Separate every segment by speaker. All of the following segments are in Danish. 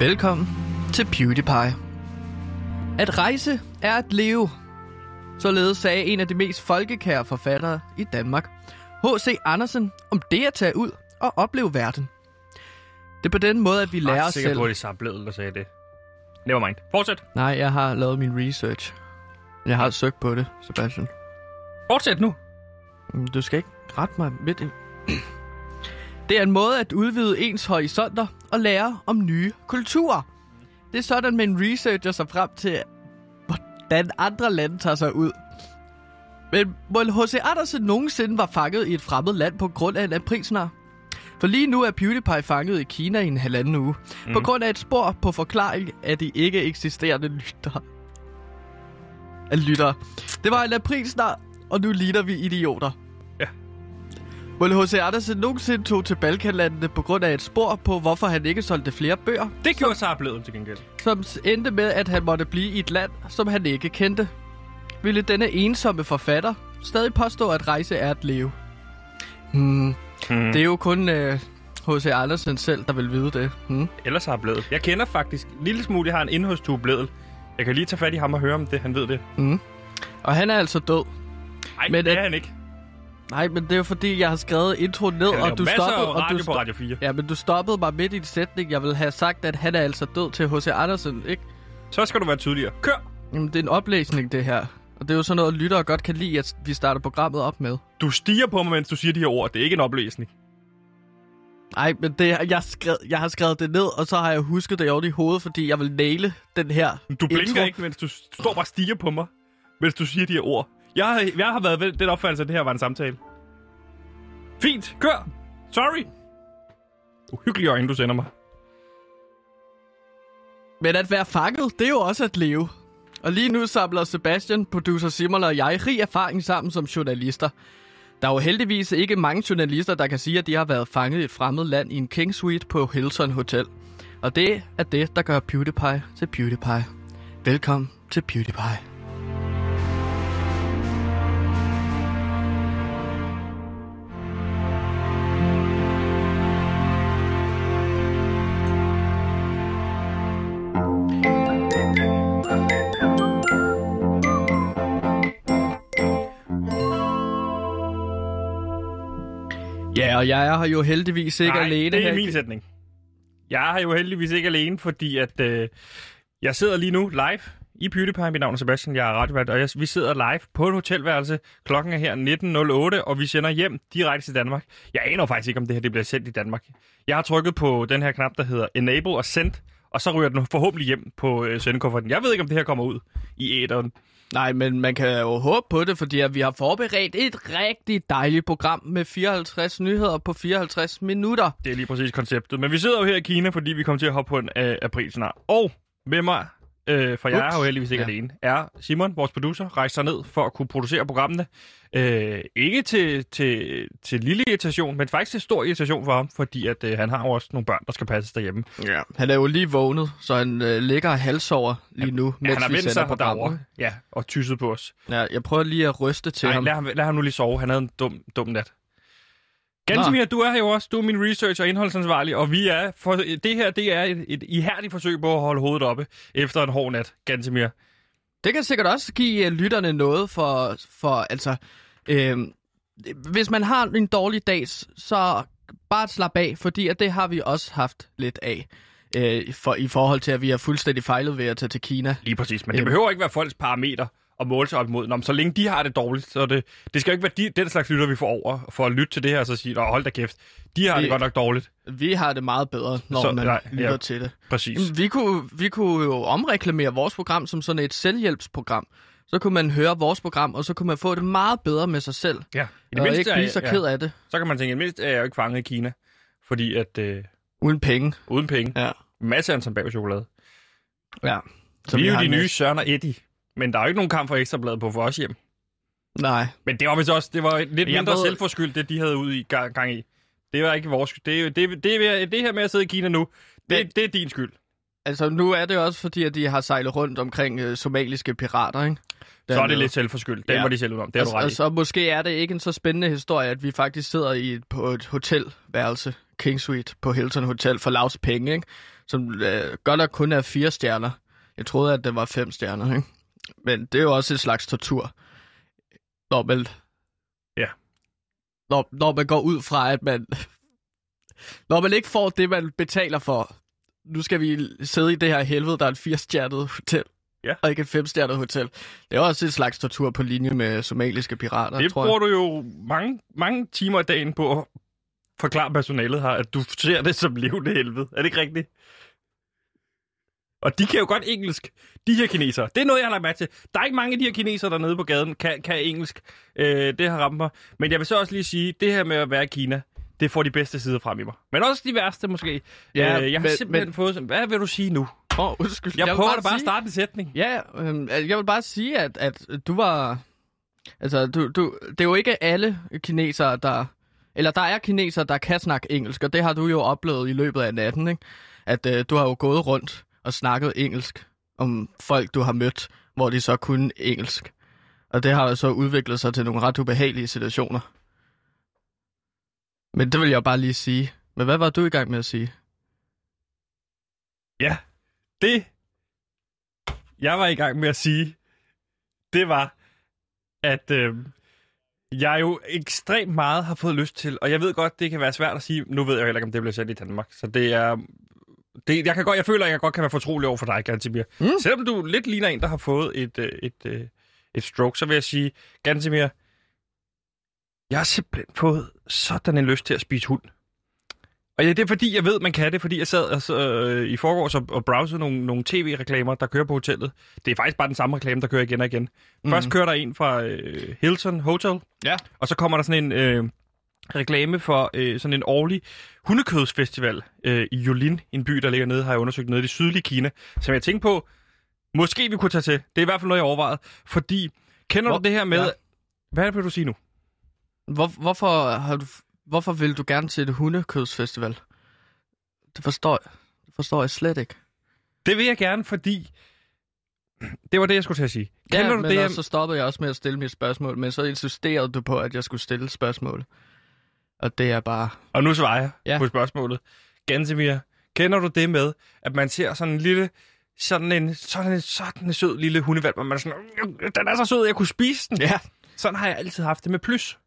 Speaker 1: Velkommen til PewDiePie. At rejse er at leve. Således sagde en af de mest folkekære forfattere i Danmark, H.C. Andersen, om det at tage ud og opleve verden. Det er på den måde, at vi lærer os
Speaker 2: sikker
Speaker 1: selv.
Speaker 2: på, at det er samme blød, der sagde det. Never mind. Fortsæt.
Speaker 1: Nej, jeg har lavet min research. Jeg har søgt på det, Sebastian.
Speaker 2: Fortsæt nu.
Speaker 1: Mm, Du skal ikke rette mig midt i. Det er en måde at udvide ens horisonter og lære om nye kulturer. Det er sådan, man researcher sig frem til, hvordan andre lande tager sig ud. Men må H.C. Andersen nogensinde var fanget i et fremmed land på grund af en aprilsnar? For lige nu er PewDiePie fanget i Kina i en halvanden uge. Mm. På grund af et spor på forklaring af de ikke eksisterende lyttere. Af lyttere. Det var en aprilsnar, og nu ligner vi idioter.
Speaker 2: Ja.
Speaker 1: Må H.C. Andersen nogensinde tog til Balkanlandene på grund af et spor på, hvorfor han ikke solgte flere bøger,
Speaker 2: Det gjorde Sara Blød til gengæld.
Speaker 1: som endte med, at han måtte blive i et land, som han ikke kendte. Ville denne ensomme forfatter stadig påstå, at rejse er at leve? Hmm.
Speaker 2: Hmm.
Speaker 1: Det er jo kun øh, H.C. Andersen selv, der vil vide det. Hmm.
Speaker 2: Eller Sara Blød. Jeg kender faktisk en lille smule. Jeg har en indhostue Blød. Jeg kan lige tage fat i ham og høre om det. Han ved det.
Speaker 1: Og han er altså død.
Speaker 2: Nej,
Speaker 1: Men
Speaker 2: det er
Speaker 1: at-
Speaker 2: han ikke.
Speaker 1: Nej, men det er jo fordi, jeg har skrevet intro ned,
Speaker 2: Han laver
Speaker 1: og du
Speaker 2: masser
Speaker 1: stoppede...
Speaker 2: af
Speaker 1: og
Speaker 2: radio
Speaker 1: du
Speaker 2: på
Speaker 1: sto-
Speaker 2: Radio 4.
Speaker 1: Ja, men du stoppede mig midt i en sætning. Jeg ville have sagt, at han er altså død til H.C. Andersen, ikke?
Speaker 2: Så skal du være tydeligere. Kør!
Speaker 1: Jamen, det er en oplæsning, det her. Og det er jo sådan noget, lyttere godt kan lide, at vi starter programmet op med.
Speaker 2: Du stiger på mig, mens du siger de her ord. Det er ikke en oplæsning.
Speaker 1: Nej, men det, jeg, skrev, jeg har skrevet det ned, og så har jeg husket det oven i hovedet, fordi jeg vil næle den her
Speaker 2: Du blinker
Speaker 1: intro.
Speaker 2: ikke, mens du s- står bare og stiger på mig, mens du siger de her ord. Jeg har, jeg har været ved den opfattelse, at det her var en samtale. Fint, kør! Sorry! Uhyggelige øjne, du sender mig.
Speaker 1: Men at være fanget, det er jo også at leve. Og lige nu samler Sebastian, producer Simmerle og jeg rig erfaring sammen som journalister. Der er jo heldigvis ikke mange journalister, der kan sige, at de har været fanget i et fremmed land i en king suite på Hilton Hotel. Og det er det, der gør PewDiePie til PewDiePie. Velkommen til PewDiePie. Ja, og jeg er her jo heldigvis ikke
Speaker 2: Nej,
Speaker 1: alene.
Speaker 2: det er
Speaker 1: her.
Speaker 2: min sætning. Jeg er jo heldigvis ikke alene, fordi at øh, jeg sidder lige nu live i PewDiePie. Mit navn er Sebastian, jeg er radiovært, og jeg, vi sidder live på et hotelværelse. Klokken er her 19.08, og vi sender hjem direkte til Danmark. Jeg aner faktisk ikke, om det her det bliver sendt i Danmark. Jeg har trykket på den her knap, der hedder Enable og Send, og så ryger den forhåbentlig hjem på øh, sendekufferten. Jeg ved ikke, om det her kommer ud i æderen.
Speaker 1: Nej, men man kan jo håbe på det, fordi at vi har forberedt et rigtig dejligt program med 54 nyheder på 54 minutter.
Speaker 2: Det er lige præcis konceptet. Men vi sidder jo her i Kina, fordi vi kommer til at hoppe på en øh, april snart. Og med mig, øh, for jeg
Speaker 1: Ups.
Speaker 2: er jo heldigvis ikke
Speaker 1: Ja.
Speaker 2: ja. alene, er Simon, vores producer, rejser sig ned for at kunne producere programmene. Øh, ikke til, til, til lille irritation, men faktisk til stor irritation for ham, fordi at, øh, han har jo også nogle børn, der skal passes derhjemme.
Speaker 1: Ja. Han er jo lige vågnet, så han øh, ligger og halsover lige nu, ja, mens
Speaker 2: han har
Speaker 1: vi
Speaker 2: vendt
Speaker 1: sender
Speaker 2: sig derovre
Speaker 1: programmet.
Speaker 2: ja, og tysset på os.
Speaker 1: Ja, jeg prøver lige at ryste til
Speaker 2: Nej,
Speaker 1: ham.
Speaker 2: lad ham, lad ham nu lige sove. Han havde en dum, dum nat.
Speaker 1: Nå.
Speaker 2: Gansimir, du er her jo også. Du er min research- og indholdsansvarlig, og vi er for, det her det er et, et ihærdigt forsøg på at holde hovedet oppe efter en hård nat, Gansimir.
Speaker 1: Det kan sikkert også give øh, lytterne noget for, for altså, øh, hvis man har en dårlig dag, så bare slap af, fordi at det har vi også haft lidt af. Øh, for, I forhold til, at vi har fuldstændig fejlet ved at tage til Kina.
Speaker 2: Lige præcis, men
Speaker 1: Jamen.
Speaker 2: det behøver ikke være folks parametre at måle sig op imod. Nå, men så længe de har det dårligt, så er det, det skal jo ikke være de, den slags lytter, vi får over for at lytte til det her og så sige, "Nå, hold da kæft, de har det,
Speaker 1: Det-
Speaker 2: det godt nok dårligt.
Speaker 1: Vi har det meget bedre, når så,
Speaker 2: Så-
Speaker 1: man
Speaker 2: nej,
Speaker 1: nej, lytter ja.
Speaker 2: ja.
Speaker 1: til det.
Speaker 2: Præcis.
Speaker 1: Jamen, Vi kunne, vi kunne jo omreklamere vores program som sådan et selvhjælpsprogram. Så kunne man høre vores program, og så kunne man få det meget bedre med sig selv.
Speaker 2: Ja, i
Speaker 1: og ikke
Speaker 2: er
Speaker 1: blive
Speaker 2: jeg-
Speaker 1: så ked af det.
Speaker 2: så kan man tænke, i det mindste er jeg jo ikke fanget i Kina, fordi at øh,
Speaker 1: Uden penge.
Speaker 2: uden penge,
Speaker 1: Ja.
Speaker 2: masser af en som chokolade.
Speaker 1: ja.
Speaker 2: Så vi er jo
Speaker 1: har
Speaker 2: de
Speaker 1: med.
Speaker 2: nye Søren og Eddie. Men der er jo ikke nogen kamp for ekstrabladet på for os hjem.
Speaker 1: Nej.
Speaker 2: Men det var vist også, det var lidt
Speaker 1: Jeg
Speaker 2: mindre
Speaker 1: ved-
Speaker 2: selvforskyldt, det de havde ude i gang, gang i. Det var ikke vores skyld. Det, er jo- det, det, det, det her med at sidde i Kina nu, det,
Speaker 1: Men-
Speaker 2: det, det er din skyld.
Speaker 1: Altså, nu er det også fordi, at de har sejlet rundt omkring øh, somaliske pirater, ikke?
Speaker 2: Så er det
Speaker 1: Dernede.
Speaker 2: lidt selvforskyldt. Den
Speaker 1: Ja.
Speaker 2: var de selv ud om. Det har
Speaker 1: Altså,
Speaker 2: du ret i.
Speaker 1: altså, måske er det ikke en så spændende historie, at vi faktisk sidder i et, på et hotelværelse, King Suite, på Hilton Hotel for lavs penge, ikke? som øh, godt nok kun er fire stjerner. Jeg troede, at det var fem stjerner, ikke? Men det er jo også et slags tortur. Når man...
Speaker 2: Ja.
Speaker 1: Når, når man går ud fra, at man... Når man ikke får det, man betaler for. Nu skal vi sidde i det her helvede, der er et firestjernet hotel.
Speaker 2: Ja.
Speaker 1: Og ikke et femstjernet hotel. Det er også et slags tortur på linje med somaliske pirater,
Speaker 2: Det
Speaker 1: tror
Speaker 2: bruger du jo mange, mange timer i dagen på at forklare personalet her, at du ser det som levende helvede. Er det ikke rigtigt? Og de kan jo godt engelsk, de her kinesere. Det er noget, jeg har lagt mærke til. Der er ikke mange af de her kinesere dernede på gaden, kan, kan engelsk. Øh, det har ramt mig. Men jeg vil så også lige sige, det her med at være i Kina, det får de bedste sider frem i mig. Men også de værste måske.
Speaker 1: Ja,
Speaker 2: øh, jeg har
Speaker 1: men-
Speaker 2: simpelthen
Speaker 1: men-
Speaker 2: fået... sådan, Hvad vil du sige nu?
Speaker 1: jeg. Åh, oh, undskyld.
Speaker 2: Jeg, jeg
Speaker 1: vil
Speaker 2: prøver da bare at
Speaker 1: sige-
Speaker 2: starte en sætning.
Speaker 1: Ja, øhm, altså, jeg vil bare sige, at, at du var... Altså, du, du, det er jo ikke alle kinesere, der... Eller der er kinesere, der kan snakke engelsk, og det har du jo oplevet i løbet af natten, ikke? At øh, du har jo gået rundt og snakket engelsk om folk, du har mødt, hvor de så kunne engelsk. Og det har jo så udviklet sig til nogle ret ubehagelige situationer. Men det vil jeg bare lige sige. Men hvad var du i gang med at sige?
Speaker 2: Ja, det jeg var i gang med at sige, det var, at øh, jeg jo ekstremt meget har fået lyst til, og jeg ved godt, det kan være svært at sige, nu ved jeg heller ikke, om det bliver sendt i Danmark, så det er... Det, jeg, kan godt, jeg føler, at jeg godt kan være fortrolig over for dig, Gantimir. Mm. Selvom du lidt ligner en, der har fået et, øh, et, et, et stroke, så vil jeg sige, Gantimir, jeg har simpelthen fået sådan en lyst til at spise hund. Og ja, det er fordi, jeg ved, man kan det, fordi jeg sad altså, øh, i forgårs og, og browsede nogle, nogle tv-reklamer, der kører på hotellet. Det er faktisk bare den samme reklame, der kører igen og igen. Først kører der en fra øh, Hilton Hotel,
Speaker 1: Mhm. Ja.
Speaker 2: og så kommer der sådan en øh, reklame for øh, sådan en årlig hundekødsfestival øh, i Yulin, en by, der ligger nede, har jeg undersøgt nede i det sydlige Kina, som jeg tænkte på, måske vi kunne tage til. Det er i hvert fald noget, jeg overvejede, fordi kender
Speaker 1: Hvor-
Speaker 2: du det her med...
Speaker 1: Ja.
Speaker 2: Ja. Hvad er det, vil du sige nu?
Speaker 1: Hvor, hvorfor, har du, hvorfor vil du gerne til et hundekødsfestival? Det forstår jeg, det forstår jeg slet ikke.
Speaker 2: Det vil jeg gerne, fordi... Det var det, jeg skulle til at sige.
Speaker 1: Ja,
Speaker 2: Kender du
Speaker 1: men
Speaker 2: det her...
Speaker 1: også, så stoppede jeg også med at stille mit spørgsmål, men så insisterede du på, at jeg skulle stille spørgsmål. Og det er bare...
Speaker 2: Og nu svarer jeg
Speaker 1: Ja.
Speaker 2: ja. på spørgsmålet. Gansimir, kender du det med, at man ser sådan en lille, sådan en, sådan en, sådan en sød lille hundevalp, og man er sådan, "Øh, den er så sød, jeg kunne spise den.
Speaker 1: Ja.
Speaker 2: Sådan har jeg altid haft det med plys.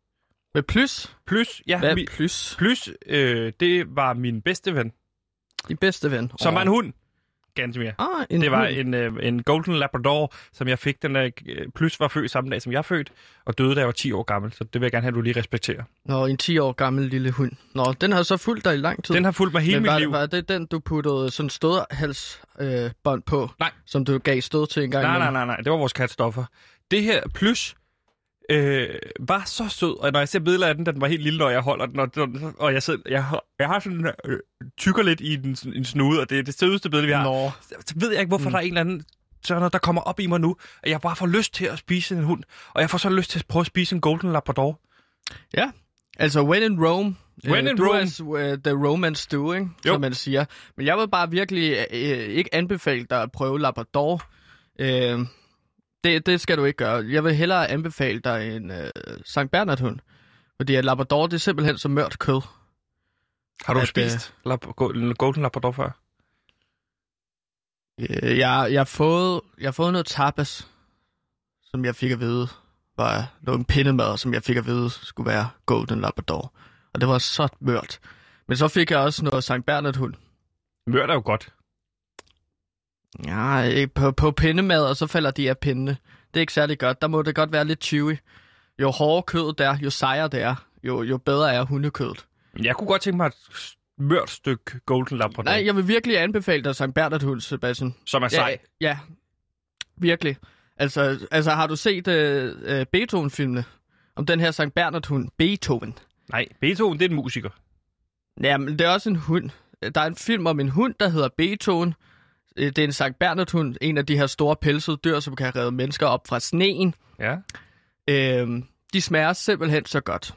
Speaker 1: Med plus?
Speaker 2: Plys, ja,
Speaker 1: Hvad
Speaker 2: mi,
Speaker 1: er plus?
Speaker 2: plys, øh, det var min bedste ven,
Speaker 1: Din bedste ven.
Speaker 2: som
Speaker 1: Åh.
Speaker 2: var en hund. Gansimir.
Speaker 1: Ah, en
Speaker 2: Det var
Speaker 1: hund.
Speaker 2: en, øh, en Golden Labrador, som jeg fik. Den øh, plys var født samme dag, som jeg er født, og døde, da jeg var 10 år gammel. Så det vil jeg gerne have, at du lige respekterer.
Speaker 1: Nå, en 10 år gammel lille hund. Nå, den har så fulgt dig i lang tid.
Speaker 2: Den har fulgt mig hele
Speaker 1: men
Speaker 2: mit
Speaker 1: var,
Speaker 2: liv.
Speaker 1: var det den, du puttede sådan stødhalsbånd øh, bånd på?
Speaker 2: Nej.
Speaker 1: Som du gav stød til en gang?
Speaker 2: Nej, nej,
Speaker 1: imellem?
Speaker 2: nej, nej. Det var vores katstoffer. Det her plus øh, var så sød, og når jeg ser billeder af den, da den var helt lille, og jeg holder den, og, og jeg, sidder, jeg, har- jeg har sådan øh, tykker lidt i den, en snude, og det er det sødeste billede, vi har.
Speaker 1: Nå.
Speaker 2: Så, så ved jeg ikke, hvorfor mm. der er en eller anden sådan der kommer op i mig nu, at jeg bare får lyst til at spise en hund, og jeg får så lyst til at prøve at spise en golden labrador.
Speaker 1: Ja, altså when in Rome.
Speaker 2: When
Speaker 1: Øh,
Speaker 2: in
Speaker 1: do
Speaker 2: Rome.
Speaker 1: As, uh, the Romans do, ikke?
Speaker 2: Jo.
Speaker 1: som man siger. Men jeg vil bare virkelig øh, ikke anbefale dig at prøve Labrador. Øh, det, det skal du ikke gøre. Jeg vil hellere anbefale dig en øh, Sankt Bernard hund. Fordi at Labrador, det er simpelthen så mørt kød.
Speaker 2: Har du
Speaker 1: At,
Speaker 2: spist lab, go- golden labrador før?
Speaker 1: Øh, jeg, jeg, har fået, jeg har fået noget tapas, som jeg fik at vide var noget en pindemad, som jeg fik at vide skulle være Golden Labrador. Og det var så mørt. Men så fik jeg også noget Sankt Bernard hund.
Speaker 2: Mør er jo godt.
Speaker 1: Ja, ikke på, på pindemad, og så falder de af pindene. Det er ikke særlig godt. Der må det godt være lidt 20. Jo hårdere kødet er, jo sejere det er, jo, jo bedre er hundekødet.
Speaker 2: Jeg kunne godt tænke mig et s- mørt stykke golden labrador,
Speaker 1: Nej, jeg vil virkelig anbefale dig Sankt Bernhard hund, Sebastian.
Speaker 2: som er sej.
Speaker 1: Ja, ja, virkelig. Altså, altså har du set øh, øh, Beethoven-filmene om den her Sankt Bernhard hund, Beethoven?
Speaker 2: Nej, Beethoven, det er en musiker.
Speaker 1: Ja, men det er også en hund. Der er en film om en hund, der hedder Beethoven. Øh, Det er en Sankt Bernhard hund, en af de her store pelsede dyr, som kan redde mennesker op fra sneen.
Speaker 2: Ja.
Speaker 1: Øhm, de smager simpelthen så godt.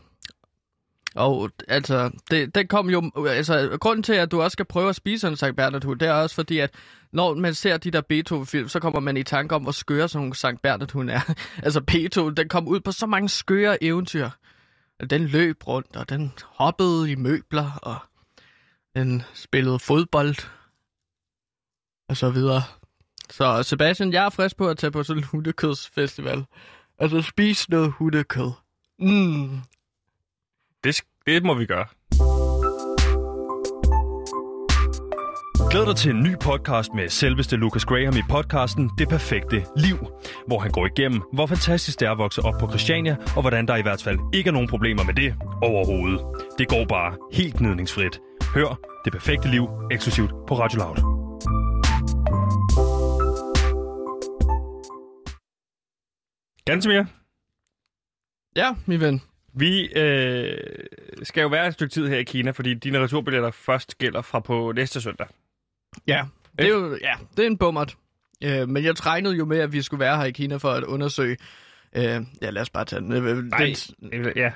Speaker 1: Og altså, det, det kom jo... Altså, grunden til, at du også skal prøve at spise sådan en Sankt Bernard hund, det er også fordi, at når man ser de der Beethoven-film, så kommer man i tanke om, hvor skøre sådan nogle Sankt Bernard hun er. altså, Beethoven, den kom ud på så mange skøre eventyr. Den løb rundt, og den hoppede i møbler, og den spillede fodbold, og så videre. Så Sebastian, jeg er frisk på at tage på sådan en hundekødsfestival. Altså, spis noget hundekød. Mm.
Speaker 2: Det, sk- det må vi gøre.
Speaker 3: Glæd dig til en ny podcast med selveste Lucas Graham i podcasten Det Perfekte Liv, hvor han går igennem, hvor fantastisk det er at vokse op på Christiania, og hvordan der i hvert fald ikke er nogen problemer med det overhovedet. Det går bare helt gnidningsfrit. Hør Det Perfekte Liv eksklusivt på Radio Loud.
Speaker 2: Ganske mere.
Speaker 1: Ja, min ven.
Speaker 2: Vi øh, skal jo være et stykke tid her i Kina, fordi dine returbilletter først gælder fra på næste søndag.
Speaker 1: Ja, det er jo ja, det er en bummert. Øh, men jeg regnede jo med, at vi skulle være her i Kina for at undersøge... Øh, ja, lad os bare tage den. Øh, øh,
Speaker 2: Nej.
Speaker 1: den
Speaker 2: Ja.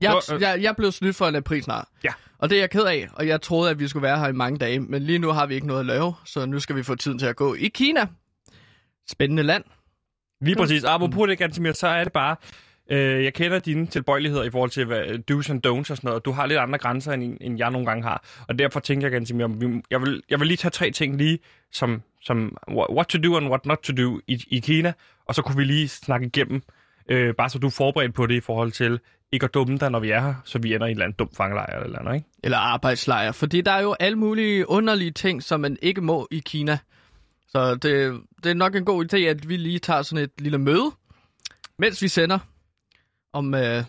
Speaker 1: jeg,
Speaker 2: Nå, øh.
Speaker 1: jeg, jeg blev snydt for en aprilsnar.
Speaker 2: Ja.
Speaker 1: Og det er jeg ked af, og jeg troede, at vi skulle være her i mange dage. Men lige nu har vi ikke noget at lave, så nu skal vi få tiden til at gå i Kina. Spændende land.
Speaker 2: Lige præcis. Apropos det, Gansimir, så er det bare... Øh, jeg kender dine tilbøjeligheder i forhold til hvad, øh, do's and don'ts og sådan noget. Du har lidt andre grænser, end, end jeg nogle gange har. Og derfor tænker jeg, Gansimir, om vi- jeg vil, jeg vil lige tage tre ting lige, som, som wha- what to do and what not to do i, i Kina. Og så kunne vi lige snakke igennem, øh, bare så du er forberedt på det i forhold til ikke at dumme dig, når vi er her, så vi ender i en eller anden dum fangelejr eller noget, ikke?
Speaker 1: Eller arbejdslejr. Fordi der er jo alle mulige underlige ting, som man ikke må i Kina. Så det, det er nok en god idé, at vi lige tager sådan et lille møde, mens vi sender, om øh,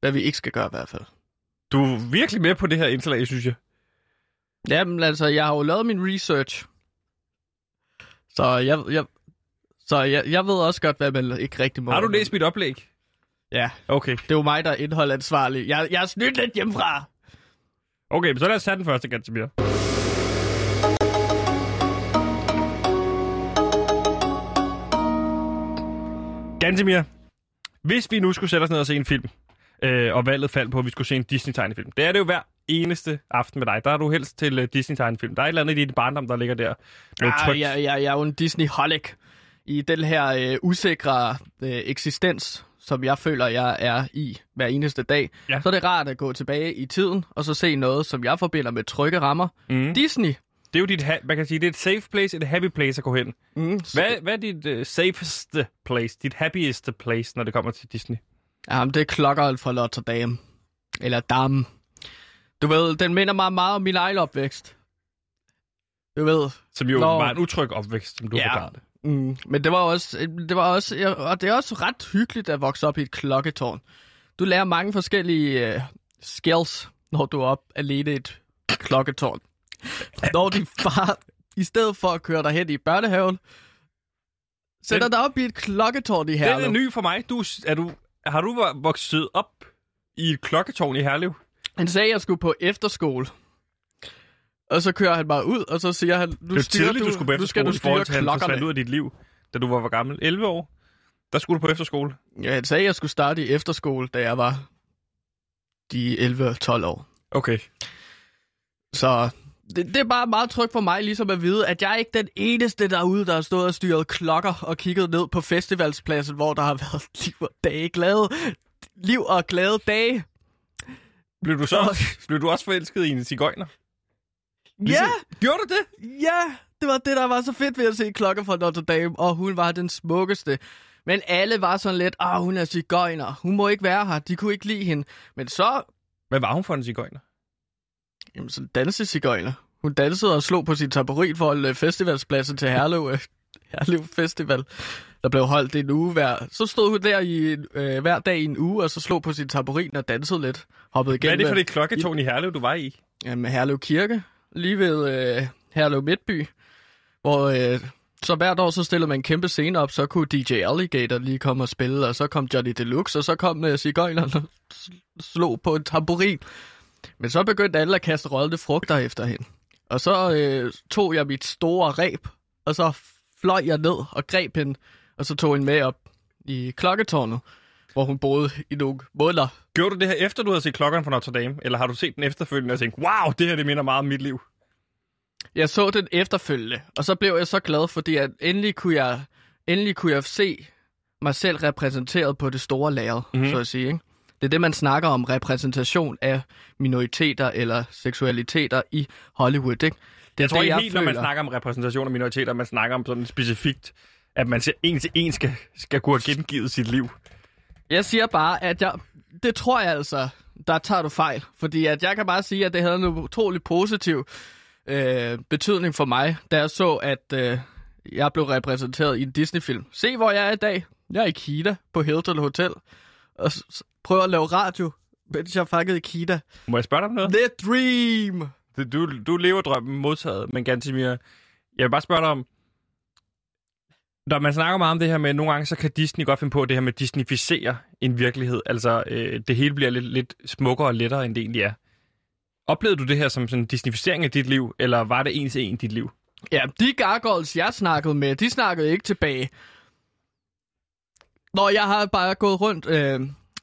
Speaker 1: hvad vi ikke skal gøre i hvert fald.
Speaker 2: Du er virkelig med på det her indslag, synes jeg.
Speaker 1: Jamen altså, jeg har jo lavet min research. Så jeg, jeg, så jeg, jeg ved også godt, hvad man ikke rigtig må.
Speaker 2: Har du læst mit oplæg?
Speaker 1: Ja,
Speaker 2: Okay.
Speaker 1: det er jo mig, der er indholdansvarlig. Jeg, jeg er snydt lidt hjemmefra.
Speaker 2: Okay, men så lad os tage den første, Gansimir. Gansimir, hvis vi nu skulle sætte os ned og se en film, øh, og valget faldt på, at vi skulle se en Disney-tegnefilm. Det er det jo hver eneste aften med dig. Der er du helst til øh, Disney-tegnefilm. Der er et eller andet i din barndom, der ligger der. Noget
Speaker 1: Ah,
Speaker 2: trygt.
Speaker 1: jeg, jeg, jeg er jo en Disney-holic i den her øh, usikre øh, eksistens, som jeg føler, jeg er i hver eneste dag.
Speaker 2: Ja.
Speaker 1: Så er det rart at gå tilbage i tiden, og så se noget, som jeg forbinder med trygge rammer.
Speaker 2: Mm.
Speaker 1: Disney.
Speaker 2: Det er jo dit, ha- man kan sige, det er et safe place, et happy place at gå hen.
Speaker 1: Mm.
Speaker 2: Hvad, hvad er dit øh, safeste place, dit happieste place, når det kommer til Disney?
Speaker 1: Jamen, det er klokkeren fra Notre Dame. Eller Dame. Du ved, den minder mig meget om min egen opvækst. Du ved.
Speaker 2: Som jo
Speaker 1: Nå.
Speaker 2: var en utryg opvækst, som du
Speaker 1: Ja.
Speaker 2: ja. forklarede.
Speaker 1: Mm. Men det var også, det var også, og det er også ret hyggeligt at vokse op i et klokketårn. Du lærer mange forskellige uh, skills, når du er op alene i et klokketårn. Når din far, i stedet for at køre dig hen i børnehaven, sætter
Speaker 2: Den-
Speaker 1: dig op i et klokketårn i
Speaker 2: Den er
Speaker 1: Herlev.
Speaker 2: ny for mig. Du, er du, har du vo- vokset op i et klokketårn i Herlev?
Speaker 1: Han sagde, at jeg skulle på efterskole. Og så kører han bare ud, og så siger han, nu,
Speaker 2: det er jo
Speaker 1: styrer
Speaker 2: tidligt, du, du skulle på
Speaker 1: nu skal
Speaker 2: efterskole
Speaker 1: du
Speaker 2: i
Speaker 1: styre
Speaker 2: forhold til, at han forsvandt
Speaker 1: klokkerne.
Speaker 2: ud af dit liv, da du var, hvor gammel. 11 år. Der skulle du på efterskole.
Speaker 1: Ja, han sagde, at jeg skulle starte i efterskole, da jeg var de 11-12 år.
Speaker 2: Okay.
Speaker 1: Så det, det er bare meget trygt for mig ligesom at vide, at jeg er ikke den eneste derude, der har stået og styret klokker og kigget ned på festivalspladsen, hvor der har været liv og dage glade. Liv og glade dage.
Speaker 2: Blev du, så, blev du også forelsket i en cigøjner?
Speaker 1: Ja!
Speaker 2: Gjorde du det?
Speaker 1: Ja, det var det, der var så fedt ved at se klokken fra Notre Dame, og hun var den smukkeste. Men alle var sådan lidt, ah, hun er cigøjner, hun må ikke være her, de kunne ikke lide hende. Men så,
Speaker 2: Hvad var hun for en cigøjner?
Speaker 1: jamen, så dansede cigøjner. Hun dansede og slog på sin taburit for at holde festivalspladsen til Herlev, øh, Herlev Festival, der blev holdt en uge hver. Så stod hun der i, en, øh, hver dag i en uge, og så slog på sin taburit og dansede lidt. Hoppede
Speaker 2: Hvad er
Speaker 1: igennem
Speaker 2: det for det klokketårn i Herlev, du var i?
Speaker 1: Jamen, Herlev Kirke, lige ved øh, Herlev Midtby, hvor øh, så hvert år så stillede man en kæmpe scene op, så kunne DJ Alligator lige komme og spille, og så kom Johnny Deluxe, og så kom øh, Sigøjnerne og s- slog på en tamburin. Men så begyndte alle at kaste rødne frugter efter hende. Og så øh, tog jeg mit store ræb, og så fløj jeg ned og greb hende, og så tog hende med op i klokketårnet. hvor hun boede i nogle måneder.
Speaker 2: Gjorde du det her efter, du havde set klokkerne fra Notre Dame? Eller har du set den efterfølgende og tænkt, wow, det her det minder meget om mit liv?
Speaker 1: Jeg så den efterfølgende, og så blev jeg så glad, fordi at endelig, kunne jeg, endelig kunne jeg se mig selv repræsenteret på det store lærred,
Speaker 2: Mhm.
Speaker 1: mm-hmm. så at sige. Ikke? Det er det, man snakker om, repræsentation af minoriteter eller seksualiteter i Hollywood. Ikke? Det er
Speaker 2: Jeg tror
Speaker 1: det,
Speaker 2: ikke helt, når man
Speaker 1: føler.
Speaker 2: snakker om repræsentation af minoriteter, man snakker om sådan specifikt, at man til en til en skal, skal kunne have gengivet sit liv.
Speaker 1: Jeg siger bare, at jeg... Det tror jeg altså, der tager du fejl. Fordi at jeg kan bare sige, at det havde en utrolig positiv øh, betydning for mig, da jeg så, at øh, jeg blev repræsenteret i en Disney-film. Se, hvor jeg er i dag. Jeg er i Kina på Hilton Hotel. Og s- s- prøver at lave radio, mens jeg er fanget i Kina.
Speaker 2: Må jeg spørge dig om noget?
Speaker 1: The dream!
Speaker 2: Det- Du, du lever drømmen modtaget, men Gantimir, jeg vil bare spørge dig om, når man snakker meget om det her med, nogle gange så kan Disney godt finde på det her med at disneyficere en virkelighed. Altså, øh, det hele bliver lidt, lidt smukkere og lettere, end det egentlig er. Oplevede du det her som sådan en disneyficering af dit liv, eller var det ens en dit liv?
Speaker 1: Ja, de gargoyles, jeg snakkede med, de snakkede ikke tilbage. Når jeg har bare gået rundt øh,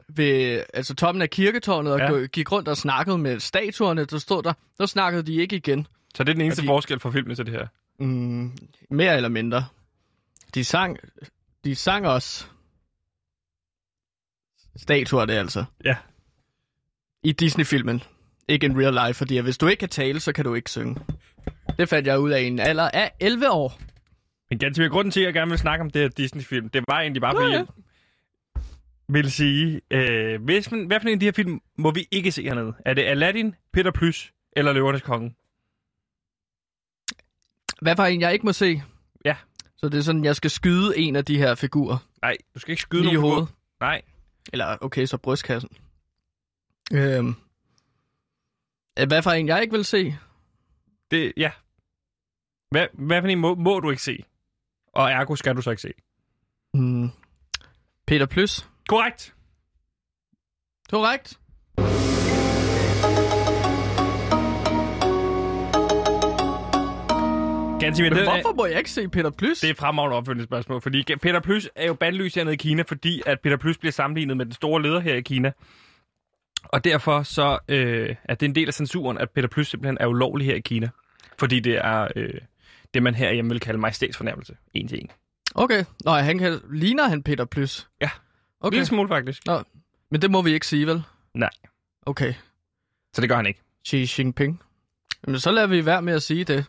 Speaker 1: ved altså toppen af kirketårnet og
Speaker 2: Ja.
Speaker 1: ja. gik rundt og snakkede med statuerne, der stod der, så snakkede de ikke igen.
Speaker 2: Så det er den eneste
Speaker 1: Fordi-
Speaker 2: forskel fra filmen til det her.
Speaker 1: Mm, mere eller mindre. De sang, de sang også statuer, det altså.
Speaker 2: Ja.
Speaker 1: I Disney-filmen. Ikke in real life, fordi hvis du ikke kan tale, så kan du ikke synge. Det fandt jeg ud af i en alder af 11 år.
Speaker 2: Men ganske grunden til, at jeg gerne vil snakke om det her Disney-film, det var egentlig bare, fordi
Speaker 1: ja.
Speaker 2: jeg vil sige, øh, hvis man, hvad for en af de her film må vi ikke se hernede? Er det Aladdin, Peter Plys eller Løvernes Konge?
Speaker 1: Hvad for en, jeg ikke må se?
Speaker 2: Ja.
Speaker 1: Så det er sådan, jeg skal skyde en af de her figurer
Speaker 2: Nej, du skal ikke skyde
Speaker 1: lige i
Speaker 2: nogen
Speaker 1: hovedet.
Speaker 2: figurer. Nej.
Speaker 1: Eller okay, så brystkassen. Øhm. Øh, Hvad for en, jeg ikke vil se?
Speaker 2: Det, ja. Hvad, hvad for en må, må du ikke se? Og ergo skal du så ikke se.
Speaker 1: Hmm. Peter Plys.
Speaker 2: Korrekt.
Speaker 1: Korrekt.
Speaker 2: Ganske
Speaker 1: Men
Speaker 2: det,
Speaker 1: hvorfor må jeg ikke se Peter Plys?
Speaker 2: det er et fremragende opfølgende spørgsmål, fordi Peter Plys er jo bandlyst hernede i Kina, fordi at Peter Plys bliver sammenlignet med den store leder her i Kina. Og derfor så øh, er det en del af censuren, at Peter Plys simpelthen er ulovlig her i Kina. Fordi det er øh, det, man herhjemme vil kalde majestætsfornærmelse. En til en.
Speaker 1: Okay. Nå, han kan... ligner han Peter Plys?
Speaker 2: Ja. Okay.
Speaker 1: Okay.
Speaker 2: Lille smule faktisk.
Speaker 1: Men det må vi ikke sige, vel?
Speaker 2: Nej.
Speaker 1: Okay.
Speaker 2: Så det gør han ikke.
Speaker 1: Xi Jinping. Jamen, så lader vi være med at sige det.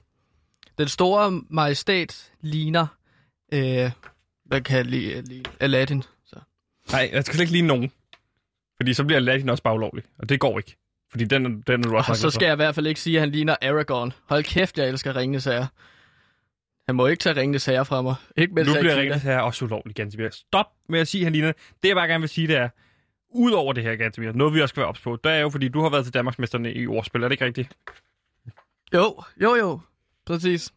Speaker 1: Den store majestæt ligner... Øh, hvad kan jeg lige, lige Aladdin. Så.
Speaker 2: Nej, jeg skal slet ikke lige nogen. Fordi så bliver Aladdin også bare ulovlig. Og det går ikke. Fordi den, er- den er du
Speaker 1: Og
Speaker 2: også meget
Speaker 1: så
Speaker 2: glad
Speaker 1: skal jeg i hvert fald ikke sige, at han ligner Aragorn. Hold kæft, jeg elsker Ringenes Herre. Han må ikke tage Ringenes Herre fra mig. Ikke mens
Speaker 2: Nu
Speaker 1: jeg
Speaker 2: bliver
Speaker 1: er i Kina.
Speaker 2: Ringens her også ulovlig, Gantemir. Stop med at sige, at han ligner. Det jeg bare gerne vil sige, det er, ud over det her, Gantemir, noget vi også skal være ops på, det er jo, fordi du har været til Danmarksmesterne i ordspil, er det ikke rigtigt?
Speaker 1: Jo, jo, jo. Præcis.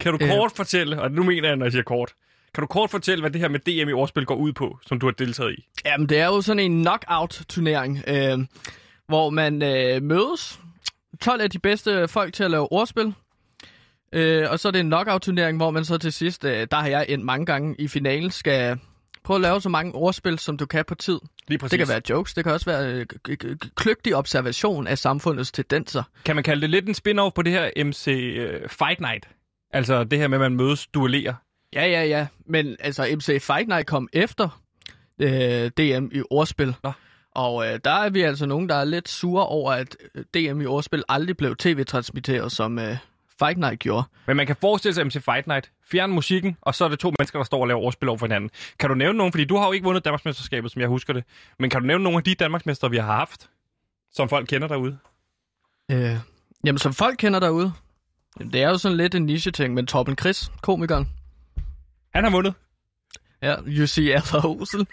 Speaker 2: Kan du
Speaker 1: Øh.
Speaker 2: kort fortælle, og nu mener jeg, når jeg siger kort, kan du kort fortælle, hvad det her med DM i ordspil går ud på, som du har deltaget i?
Speaker 1: Jamen, det er jo sådan en knockout-turnering, øh, hvor man øh, mødes. 12 af de bedste folk til at lave ordspil. Øh, og så er det en knockout-turnering, hvor man så til sidst, øh, der har jeg endt mange gange i finalen, skal prøve at lave så mange ordspil, som du kan på tid.
Speaker 2: Lige præcis.
Speaker 1: Det kan være jokes, det kan også være øh, k- k- k- kløgtig observation af samfundets tendenser.
Speaker 2: kan man kalde det lidt en spin-off på det her MC øh, Fight Night? Altså det her med, at man mødes, duellerer.
Speaker 1: Ja, ja, ja. Men altså, MC Fight Night kom efter øh, DM i ordspil.
Speaker 2: Nå.
Speaker 1: Og øh, der er vi altså nogen, der er lidt sure over, at øh, DM i ordspil aldrig blev tv-transmitteret, som øh, Fight Night gjorde.
Speaker 2: Men man kan forestille sig MC Fight Night, fjerne musikken, og så er det to mennesker, der står og laver ordspil over for hinanden. Kan du nævne nogen, fordi du har jo ikke vundet Danmarksmesterskabet, som jeg husker det, men kan du nævne nogle af de Danmarksmester, vi har haft, som folk kender derude?
Speaker 1: Øh, jamen, som folk kender derude, jamen, det er jo sådan lidt en niche-ting, men Torben Chris, komikeren,
Speaker 2: Han har vundet.
Speaker 1: ja, UC Adler Hosel.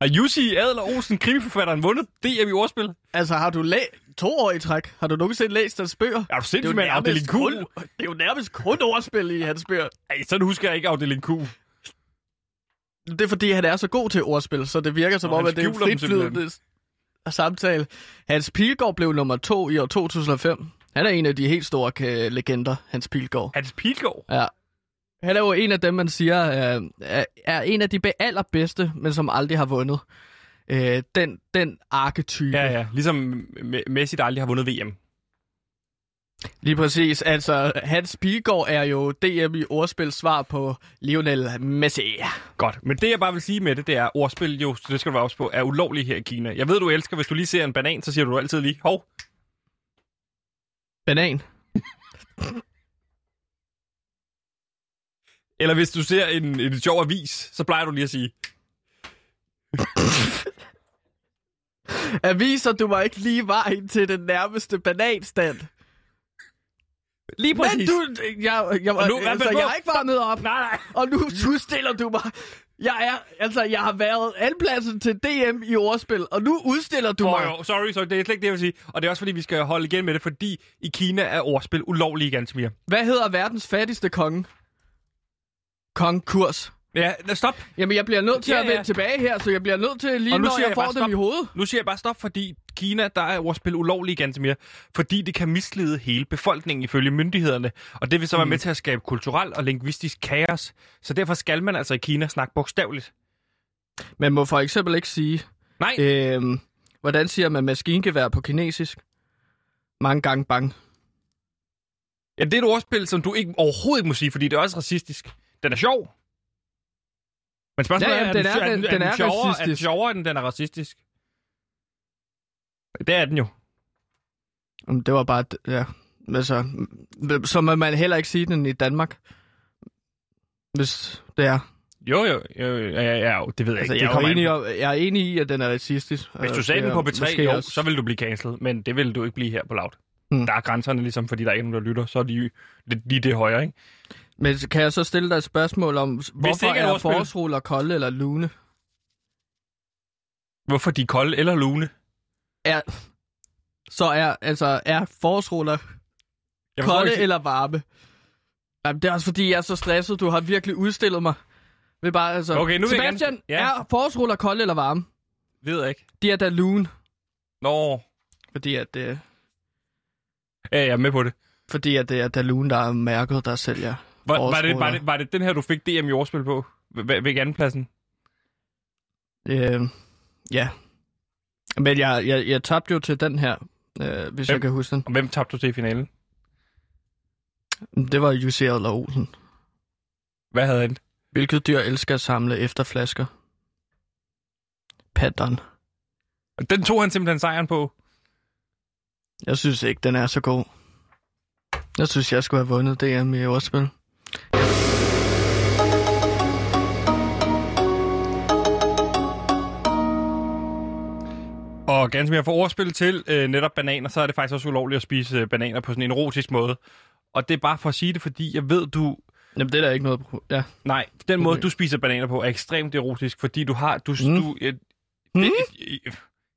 Speaker 2: Og Jussi Adler Olsen, krimiforfatteren, vundet DM i ordspil.
Speaker 1: Altså, har du læst to år i træk? Har du nogensinde læst hans bøger?
Speaker 2: Er du sindssygt med en afdeling Q?
Speaker 1: kun, det er jo nærmest kun ordspil i hans bøger.
Speaker 2: Ej, sådan husker jeg ikke afdeling Q.
Speaker 1: Det er fordi, han er så god til ordspil, så det virker som
Speaker 2: Nå,
Speaker 1: om,
Speaker 2: han
Speaker 1: at det er en
Speaker 2: skjuler dem
Speaker 1: fritflydende samtale. Hans Pilgaard blev nummer to i år 2005. Han er en af de helt store øh, legender, Hans Pilgaard.
Speaker 2: Hans Pilgaard.
Speaker 1: Ja. Han er jo en af dem, man siger, øh, er- er en af de be- allerbedste, men som aldrig har vundet. Øh, den, den arketype.
Speaker 2: Ja, ja. Ligesom M- Messi, der aldrig har vundet VM.
Speaker 1: Lige præcis. Altså, Hans Pilgaard er jo DM i ordspil svar på Lionel Messi.
Speaker 2: Godt. Men det, jeg bare vil sige med det, det er, ordspil jo, så det skal du være ops på, er ulovligt her i Kina. Jeg ved, du elsker, hvis du lige ser en banan, så siger du altid lige, hov.
Speaker 1: Banan.
Speaker 2: Eller hvis du ser en, en sjov avis, så plejer du lige at sige,
Speaker 1: Aviser, du mig ikke lige vejen til den nærmeste bananstand.
Speaker 2: lige præcis.
Speaker 1: Men du, jeg, jeg,
Speaker 2: Og
Speaker 1: jeg,
Speaker 2: nu-
Speaker 1: nu, altså,
Speaker 2: Stop.
Speaker 1: jeg har ikke varmet op,
Speaker 2: Nej, nej.
Speaker 1: og nu udstiller du mig. Jeg er, altså, jeg har været andenpladsen til DM i ordspil, og nu udstiller du
Speaker 2: Oh,
Speaker 1: mig.
Speaker 2: jo, sorry, sorry, det er slet ikke det, jeg vil sige. Og det er også fordi, vi skal holde igen med det, fordi i Kina er ordspil ulovlige igen, Smir.
Speaker 1: Hvad hedder verdens fattigste konge? Konkurs.
Speaker 2: Ja, da- stop.
Speaker 1: Jamen, jeg bliver nødt til
Speaker 2: Ja,
Speaker 1: at vende
Speaker 2: ja.
Speaker 1: tilbage her, så jeg bliver nødt til lige,
Speaker 2: Og nu
Speaker 1: når
Speaker 2: siger
Speaker 1: jeg,
Speaker 2: jeg
Speaker 1: får
Speaker 2: bare
Speaker 1: dem
Speaker 2: stop.
Speaker 1: i hovedet.
Speaker 2: Nu siger jeg bare stop, fordi Kina, der er ordspil ulovlige igen, Smir. Fordi det kan mislede hele befolkningen ifølge myndighederne. Og det vil så være med til at skabe kulturel og linguistisk kaos. Så derfor skal man altså i Kina snakke bogstaveligt.
Speaker 1: Man må for eksempel ikke sige,
Speaker 2: Nej, øh.
Speaker 1: øhm, hvordan siger man maskingevær på kinesisk? Mange gange bang.
Speaker 2: ja, det er et ordspil, som du ikke, overhovedet ikke må sige, fordi det er også racistisk. Den er sjov. Men spørgsmålet
Speaker 1: Ja,
Speaker 2: er,
Speaker 1: ja,
Speaker 2: er,
Speaker 1: den
Speaker 2: den,
Speaker 1: er-
Speaker 2: er,
Speaker 1: den-
Speaker 2: den,
Speaker 1: den
Speaker 2: er,
Speaker 1: er
Speaker 2: den sjovere, er den
Speaker 1: racistisk.
Speaker 2: sjovere, end den er racistisk? Det er den jo.
Speaker 1: Jamen, det var bare, d- ja, altså, m- så må man heller ikke sige den i Danmark, hvis det er.
Speaker 2: Jo, jo, jo, jo, ja, ja, ja, jo, det ved jeg
Speaker 1: Altså,
Speaker 2: ikke.
Speaker 1: jeg,
Speaker 2: kommer
Speaker 1: er
Speaker 2: an
Speaker 1: enig
Speaker 2: på.
Speaker 1: om, jeg er enig i, at den er racistisk.
Speaker 2: Hvis
Speaker 1: og
Speaker 2: du sagde
Speaker 1: det
Speaker 2: den
Speaker 1: er
Speaker 2: på B3,
Speaker 1: måske
Speaker 2: jo,
Speaker 1: også-
Speaker 2: så ville du blive cancelled, men det ville du ikke blive her på Loud.
Speaker 1: Mm.
Speaker 2: Der er grænserne ligesom, fordi der er ikke nogen, der lytter, så er de jo- det, lige det højere, ikke?
Speaker 1: Men kan jeg så stille dig et spørgsmål om, hvorfor
Speaker 2: ikke er et
Speaker 1: er
Speaker 2: ordspil.
Speaker 1: forårsruller kolde eller lune?
Speaker 2: Hvorfor de er kolde eller lune?
Speaker 1: Er, så er, altså, er forårsruller
Speaker 2: Jeg forstår
Speaker 1: kolde
Speaker 2: ikke-
Speaker 1: eller varme? Jamen, det er også fordi, jeg er så stresset. Du har virkelig udstillet mig. Ved bare, altså...
Speaker 2: Okay, nu vil jeg gerne-
Speaker 1: Sebastian,
Speaker 2: Ja.
Speaker 1: er forårsruller kolde eller varme?
Speaker 2: Ved jeg ikke.
Speaker 1: De er da lune,
Speaker 2: Nå,
Speaker 1: fordi at, øh,
Speaker 2: ja, jeg er med på det.
Speaker 1: fordi at det er da lune, der er mærket, der sælger.
Speaker 2: Var, var, det, var,
Speaker 1: Årsruller.
Speaker 2: det, var det den her, du fik DM i årspil på? Ved, ved andenpladsen?
Speaker 1: Øh, ja. Men jeg, jeg, jeg tabte jo til den her, øh, hvis
Speaker 2: Hvem?
Speaker 1: jeg kan huske den.
Speaker 2: Og hvem tabte du til i finalen?
Speaker 1: Det var UC Adler Olsen.
Speaker 2: Hvad havde han?
Speaker 1: Hvilket dyr elsker at samle efter flasker? Patteren.
Speaker 2: Den tog han simpelthen sejren på.
Speaker 1: Jeg synes ikke, den er så god. Jeg synes, jeg skulle have vundet DM i ordspil.
Speaker 2: Og ganske mere for ordspil til øh, netop bananer, så er det faktisk også ulovligt at spise øh, bananer på sådan en erotisk måde. Og det er bare for at sige det, fordi jeg ved, du...
Speaker 1: Jamen, det er der ikke noget... pro- Ja.
Speaker 2: Nej, den måde,
Speaker 1: Okay.
Speaker 2: du spiser bananer på, er ekstremt erotisk, fordi du har... Du,
Speaker 1: Mm.
Speaker 2: mm. du, øh,
Speaker 1: Mm.
Speaker 2: det, øh,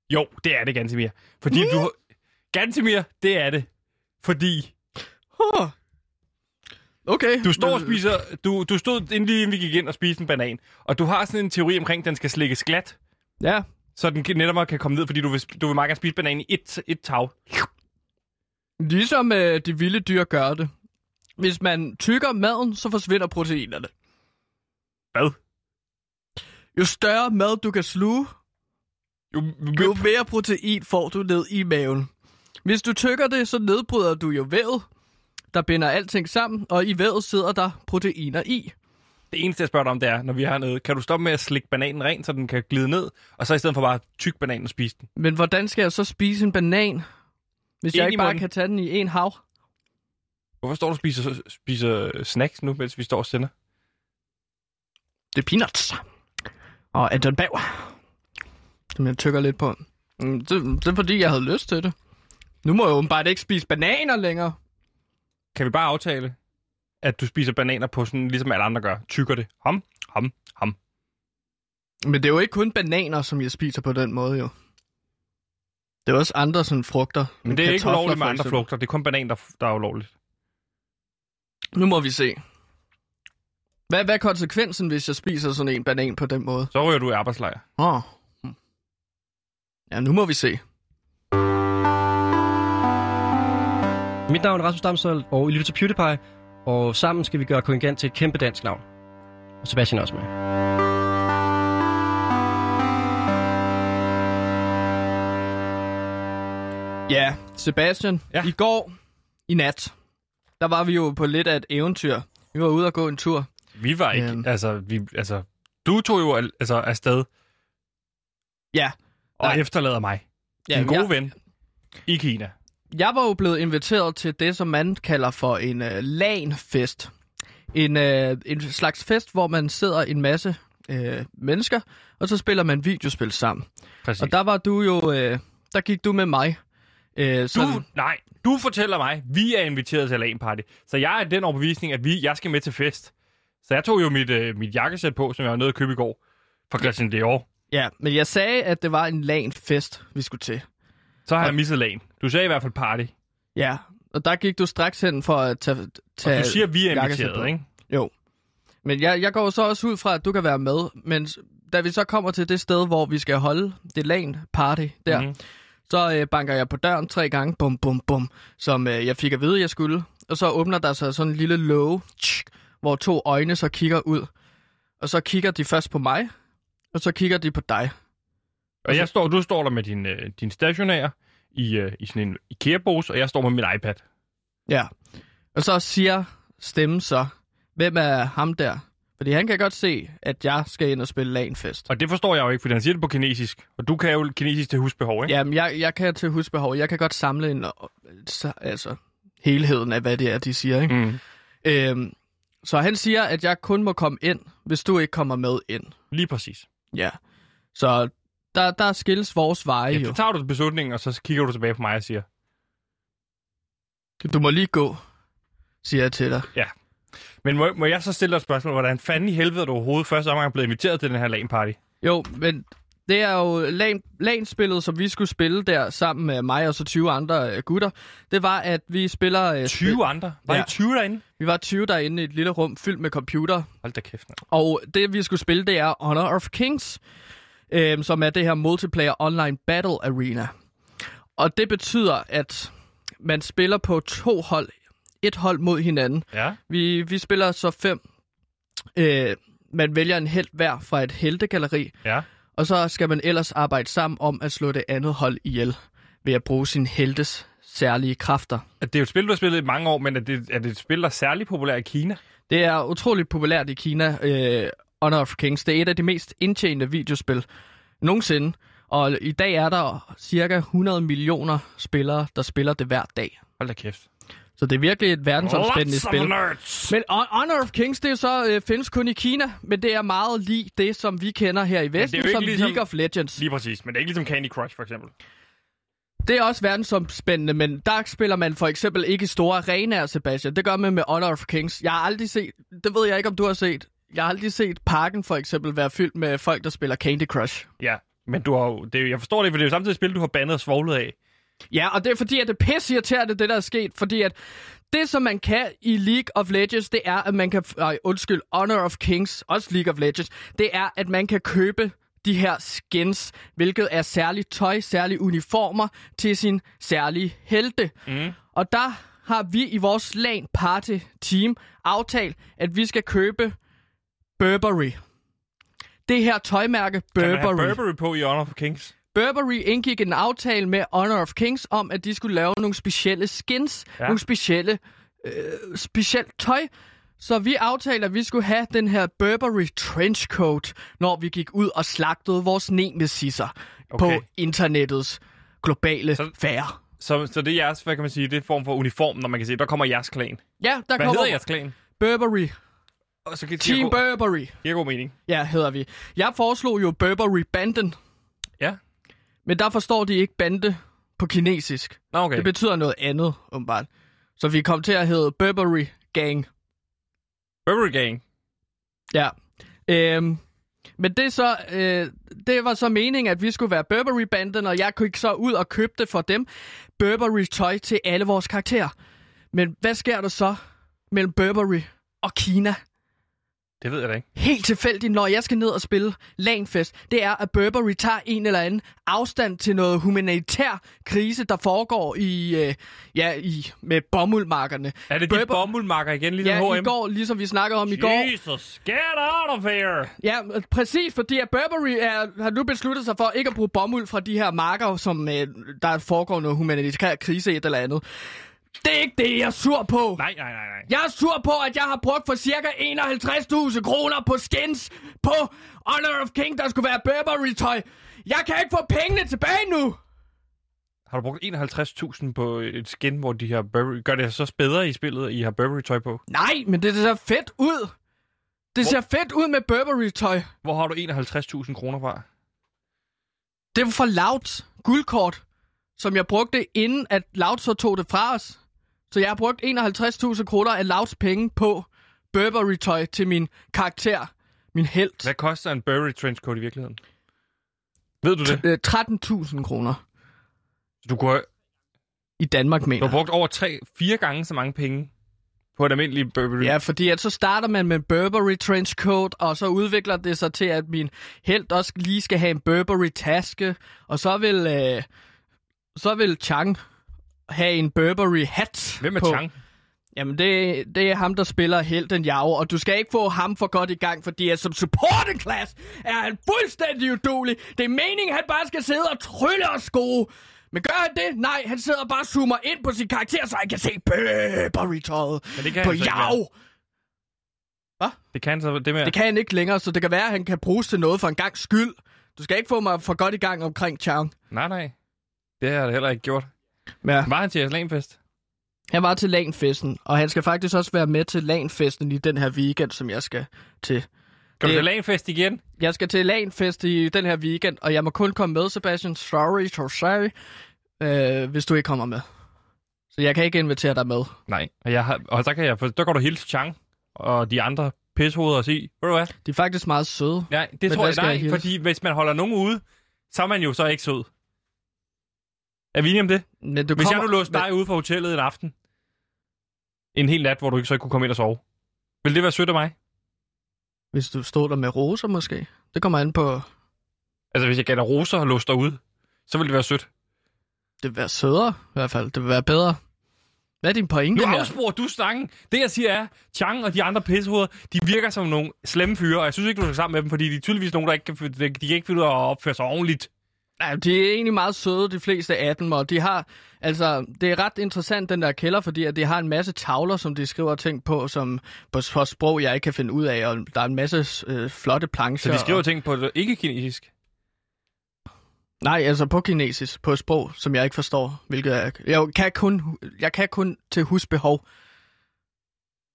Speaker 2: jo, det er det, Gantemir. Fordi mm. du... Gantemir, det er det. Fordi
Speaker 1: Huh. Okay.
Speaker 2: du står og
Speaker 1: men-
Speaker 2: spiser... Du, du stod, inden lige inden vi gik ind og spiste en banan, og du har sådan en teori omkring, at den skal slikkes glat,
Speaker 1: Ja,
Speaker 2: så den netop kan komme ned, fordi du vil, du vil meget gerne spise bananen i et, et tag.
Speaker 1: ligesom øh, de vilde dyr gør det. Hvis man tykker maden, så forsvinder proteinerne.
Speaker 2: Hvad?
Speaker 1: Jo større mad du kan sluge,
Speaker 2: Jo,
Speaker 1: Jo mere protein får du ned i maven. Hvis du tykker det, så nedbryder du jo vævet, der binder alting sammen, og i vævet sidder der proteiner i.
Speaker 2: Det eneste, jeg spørger dig om, det er, når vi har noget, kan du stoppe med at slikke bananen ren, så den kan glide ned, og så i stedet for bare tyk bananen og spise den?
Speaker 1: Men hvordan skal jeg så spise en banan, hvis
Speaker 2: Ind
Speaker 1: jeg
Speaker 2: i
Speaker 1: ikke bare
Speaker 2: munden.
Speaker 1: kan tage den i en hav?
Speaker 2: Hvorfor står du og spiser, spiser snacks nu, mens vi står og sender?
Speaker 1: Det er peanuts. Og Anton Bauer. Som jeg tykker lidt på. Mm, Det, det er fordi, jeg havde lyst til det. Nu må jeg åbenbart ikke spise bananer længere.
Speaker 2: Kan vi bare aftale, at du spiser bananer på sådan, ligesom alle andre gør? Tykker det. Ham, ham, ham.
Speaker 1: Men det er jo ikke kun bananer, som jeg spiser på den måde, jo. Det er også andre sådan frugter.
Speaker 2: Men det er ikke
Speaker 1: Kartofler,
Speaker 2: ulovligt med
Speaker 1: for
Speaker 2: andre
Speaker 1: eksempel.
Speaker 2: flugter. Det er kun banan, der, der er ulovligt.
Speaker 1: Nu må vi se. Hvad, hvad er konsekvensen, hvis jeg spiser sådan en banan på den måde?
Speaker 2: Så ryger du i arbejdslejr.
Speaker 1: Oh. Ja, nu må vi se.
Speaker 4: Mit navn er Rasmus Damshold, og I lytter til PewDiePie. Og sammen skal vi gøre Kongen til et kæmpe dansk navn. Og Sebastian er også med.
Speaker 1: Ja, Sebastian.
Speaker 2: Ja.
Speaker 1: Ja. I går, i nat, der var vi jo på lidt af et eventyr. Vi var ude og gå en tur.
Speaker 2: Vi var ikke,
Speaker 1: Øhm.
Speaker 2: altså, vi, altså, du tog jo al- altså, afsted
Speaker 1: Ja,
Speaker 2: og
Speaker 1: Nej.
Speaker 2: efterlader mig,
Speaker 1: ja
Speaker 2: ja, en god
Speaker 1: jeg,
Speaker 2: ven, i Kina.
Speaker 1: jeg var jo blevet inviteret til det, som man kalder for en øh, LAN-fest. En, øh, en slags fest, hvor man sidder en masse øh, mennesker, og så spiller man videospil sammen.
Speaker 2: Præcis.
Speaker 1: Og der var du jo, øh, der gik du med mig. Øh, sådan,
Speaker 2: Du, nej, du fortæller mig, vi er inviteret til LAN party. Så jeg er af den overbevisning, at vi, jeg skal med til fest. Så jeg tog jo mit, øh, mit jakkesæt på, som jeg var nede og købe i går. For Christian Dior.
Speaker 1: Ja, men jeg sagde, at det var en LAN-fest, vi skulle til.
Speaker 2: Så har jeg misset LAN. Du sagde i hvert fald party.
Speaker 1: Ja, og der gik du straks hen for at tage...
Speaker 2: Og
Speaker 1: tage
Speaker 2: du siger, vi er
Speaker 1: jakkesæt på.
Speaker 2: inviteret, ikke?
Speaker 1: Jo. Men jeg, jeg går jo så også ud fra, at du kan være med. Men s- da vi så kommer til det sted, hvor vi skal holde det lan party der,
Speaker 2: Mhm.
Speaker 1: mm-hmm. så øh, banker jeg på døren tre gange, bum bum bum, som øh, jeg fik at vide, jeg skulle. Og så åbner der sig sådan en lille låge, tsk, hvor to øjne så kigger ud. Og så kigger de først på mig, og så kigger de på dig.
Speaker 2: Og jeg står, du står der med din, øh, din stationær i, øh, i sådan en IKEA-pose, og jeg står med min iPad.
Speaker 1: Ja. Og så siger stemmen så, hvem er ham der? Fordi han kan godt se, at jeg skal ind og spille lanfest.
Speaker 2: Og det forstår jeg jo ikke, fordi han siger det på kinesisk. Og du kan jo kinesisk til husbehov, ikke?
Speaker 1: Jamen, jeg, jeg kan til husbehov. Jeg kan godt samle en, øh, så- altså, helheden af, hvad det er, de siger. Ikke?
Speaker 2: Mm.
Speaker 1: Mm. Øhm, så han siger, at jeg kun må komme ind, hvis du ikke kommer med ind.
Speaker 2: Lige præcis.
Speaker 1: Ja. Så der, der skilles vores veje
Speaker 2: Ja,
Speaker 1: jo.
Speaker 2: så tager du beslutningen, og så kigger du tilbage på mig og siger,
Speaker 1: Du må lige gå, siger jeg til dig.
Speaker 2: Men må, må jeg så stille dig et spørgsmål? Hvordan fanden i helvede er du overhovedet første omgang blevet inviteret til den her LAN-party?
Speaker 1: Jo, men det er jo lan, lanspillet, som vi skulle spille der sammen med mig og så 20 andre øh, gutter. Det var, at vi spiller... Øh, spil-
Speaker 2: 20 andre? Var ja.
Speaker 1: Ja.
Speaker 2: det 20 derinde?
Speaker 1: Vi var 20 derinde i et lille rum fyldt med computer.
Speaker 2: Hold da kæft. mand.
Speaker 1: Og det, vi skulle spille, det er Honor of Kings, øhm, som er det her multiplayer online battle arena. Og det betyder, at man spiller på to hold. Et hold mod hinanden.
Speaker 2: Ja.
Speaker 1: Vi, vi spiller så fem. Øh, man vælger en held hver fra et heltegalleri,
Speaker 2: Ja.
Speaker 1: og så skal man ellers arbejde sammen om at slå det andet hold ihjel ved at bruge sin heltes særlige kræfter.
Speaker 2: Det er jo et spil, du har spillet i mange år, men er det, er det et spil, der er særlig populært i Kina?
Speaker 1: Det er utroligt populært i Kina, øh, Honor of Kings. Det er et af de mest indtjenende videospil nogensinde. Og i dag er der cirka 100 millioner spillere, der spiller det hver dag.
Speaker 2: Hold da kæft.
Speaker 1: Så det er virkelig et verdensomspændende
Speaker 2: Lots of
Speaker 1: spil.
Speaker 2: nerds!
Speaker 1: Men Hon- Honor of Kings, det er så øh, findes kun i Kina, men det er meget lige det, som vi kender her i Vesten,
Speaker 2: ikke
Speaker 1: som
Speaker 2: ligesom-
Speaker 1: League of Legends.
Speaker 2: Lige præcis, men det er ikke ligesom Candy Crush, for eksempel.
Speaker 1: Det er også verdensomspændende, men der spiller man for eksempel ikke i store arenaer, Sebastian. Det gør man med Honor of Kings. Jeg har aldrig set, det ved jeg ikke, om du har set, jeg har aldrig set parken for eksempel være fyldt med folk, der spiller Candy Crush.
Speaker 2: Ja, men du har jo, det, er- jeg forstår det, for det er jo samtidig et spil, du har bandet og svoglet af.
Speaker 1: Ja, og det er fordi, at det er pissirriterende, det der er sket, fordi at det, som man kan i League of Legends, det er, at man kan, øh, undskyld, Honor of Kings, også League of Legends, det er, at man kan købe de her skins, hvilket er særligt tøj, særlige uniformer til sin særlige helte. Mm. Og der har vi i vores LAN party team aftalt, at vi skal købe Burberry. Det her tøjmærke
Speaker 2: Kan man have
Speaker 1: Burberry.
Speaker 2: Burberry på i Honor of Kings?
Speaker 1: Burberry indgik en aftale med Honor of Kings om, at de skulle lave nogle specielle skins,
Speaker 2: Ja.
Speaker 1: ja. nogle specielle, øh, specielt tøj. Så vi aftalte, at vi skulle have den her Burberry trenchcoat, når vi gik ud og slagtede vores nemesisser
Speaker 2: Okay.
Speaker 1: okay. på internettets globale
Speaker 2: Så-
Speaker 1: Så... fære.
Speaker 2: Så, så det er jeres, hvad kan man sige, det er en form for uniform, når man kan se, der kommer jeres klan.
Speaker 1: Ja, der
Speaker 2: Hvad
Speaker 1: kommer
Speaker 2: hedder jeres klan?
Speaker 1: Burberry.
Speaker 2: Og så kan det
Speaker 1: Team
Speaker 2: giver god-
Speaker 1: Burberry.
Speaker 2: giver god mening.
Speaker 1: Ja, hedder vi. Jeg foreslog jo Burberry-banden,
Speaker 2: Ja.
Speaker 1: men der forstår de ikke bande på kinesisk.
Speaker 2: Nå, okay.
Speaker 1: Det betyder noget andet, åbenbart. Så vi kom til at hedde Burberry Gang.
Speaker 2: Burberry Gang.
Speaker 1: Ja. Øhm, men det, er så, øh, det var så meningen, at vi skulle være Burberry-banden, og jeg kunne ikke så ud og købe det for dem. Burberry-tøj til alle vores karakterer. Men hvad sker der så mellem Burberry og Kina?
Speaker 2: Det ved jeg da ikke.
Speaker 1: helt tilfældigt, når jeg skal ned og spille lanfest, det er, at Burberry tager en eller anden afstand til noget humanitær krise, der foregår i, øh, ja, i, med bomuldmarkerne.
Speaker 2: Er det de
Speaker 1: Burberry-
Speaker 2: bomuldmarker igen, ligesom
Speaker 1: Ja,
Speaker 2: H&M?
Speaker 1: i går, ligesom vi snakkede om i går.
Speaker 2: Jesus, get out of here!
Speaker 1: Ja, præcis, fordi at Burberry er, har nu besluttet sig for ikke at bruge bomuld fra de her marker, som øh, der foregår noget humanitær krise et eller andet. Det er ikke det, jeg er sur på.
Speaker 2: Nej, nej, nej, nej.
Speaker 1: Jeg er sur på, at jeg har brugt for cirka 51.000 kroner på skins på Honor of King, der skulle være Burberry-tøj. Jeg kan ikke få pengene tilbage nu!
Speaker 2: Har du brugt 51.000 på et skin, hvor de her Burberry... Gør det så bedre i spillet, at I har Burberry-tøj på?
Speaker 1: Nej, men det ser fedt ud. Det ser fedt ud med Burberry-tøj.
Speaker 2: Hvor har du 51.000 kroner fra?
Speaker 1: Det var fra Louds guldkort, som jeg brugte, inden at Loud så tog det fra os. Så jeg har brugt 51.000 kroner af Louds penge på Burberry-tøj til min karakter, min held.
Speaker 2: Hvad koster en Burberry trenchcoat i virkeligheden? Ved du det?
Speaker 1: Øh, 13.000 kroner
Speaker 2: Du, kunne,
Speaker 1: i Danmark,
Speaker 2: du
Speaker 1: mener
Speaker 2: har brugt over 3, 4 gange så mange penge på et almindeligt Burberry.
Speaker 1: Ja, fordi at så starter man med en Burberry trenchcoat, og så udvikler det sig til, at min held også lige skal have en Burberry taske, og så vil, øh, så vil Chang have en Burberry hat
Speaker 2: Hvem er
Speaker 1: på.
Speaker 2: Chang?
Speaker 1: Jamen, det, det er ham, der spiller helten Yao, og du skal ikke få ham for godt i gang, fordi at som supporting class er han fuldstændig udulig. Det er meningen, han bare skal sidde og trylle og skoe. Men gør han det? Nej, han sidder og bare zoomer ind på sin karakter, så han kan se Burberry-tøjet
Speaker 2: Men det kan
Speaker 1: på
Speaker 2: han så ikke
Speaker 1: Yao.
Speaker 2: mere. Det kan så det med.
Speaker 1: Det kan han ikke længere, så det kan være, at han kan bruges til noget for en gang skyld. Du skal ikke få mig for godt i gang omkring Chang.
Speaker 2: Nej, nej. Det har jeg da heller ikke gjort.
Speaker 1: Ja.
Speaker 2: Var han til Islamfest?
Speaker 1: Han var til lanfesten, og han skal faktisk også være med til lanfesten i den her weekend, som jeg skal til.
Speaker 2: Kan du
Speaker 1: Det-
Speaker 2: til Islamfest igen?
Speaker 1: Jeg skal til lanfest i den her weekend, og jeg må kun komme med, Sebastian. Sorry, so sorry, øh, hvis du ikke kommer med. Så jeg kan ikke invitere dig med.
Speaker 2: Nej. Og, jeg har, og så kan jeg, for, der går du hilse Chang og de andre pishoveder og sige, ved du hvad?
Speaker 1: De er faktisk meget søde.
Speaker 2: Nej, det
Speaker 1: Men
Speaker 2: tror
Speaker 1: hvad
Speaker 2: jeg
Speaker 1: skal jeg
Speaker 2: nej,
Speaker 1: hilse?
Speaker 2: fordi hvis man holder nogen ude, så er man jo så ikke sød. Er vi enige om det?
Speaker 1: Men du
Speaker 2: Hvis
Speaker 1: kommer...
Speaker 2: jeg nu låste
Speaker 1: Men-
Speaker 2: dig ude fra hotellet en aften, en hel nat, hvor du ikke så kunne komme ind og sove, ville det være sødt af mig?
Speaker 1: Hvis du stod der med roser måske. Det kommer an på...
Speaker 2: Altså, hvis jeg gav dig roser og låste dig ude, så ville det være sødt.
Speaker 1: Det vil være sødere, i hvert fald. Det vil være bedre. Hvad er din
Speaker 2: Nu
Speaker 1: pointe her?
Speaker 2: afsporer du snakken. Det, jeg siger er, Chang og de andre pissehoveder, de virker som nogle slemme fyre, og jeg synes ikke, du skal sammen med dem, fordi de er tydeligvis nogen, der ikke kan, de kan ikke finde ud af at opføre sig ordentligt.
Speaker 1: Ja, de er egentlig meget søde, de fleste af dem, og de har, altså, det er ret interessant, den der kælder, fordi at de har en masse tavler, som de skriver ting på, som på, på sprog, jeg ikke kan finde ud af, og der er en masse øh, flotte plancher.
Speaker 2: Så de skriver
Speaker 1: og,
Speaker 2: ting på ikke-kinesisk.
Speaker 1: Nej, altså på kinesisk, på et sprog, som jeg ikke forstår, hvilket jeg, jeg kan kun, jeg kan kun til husbehov.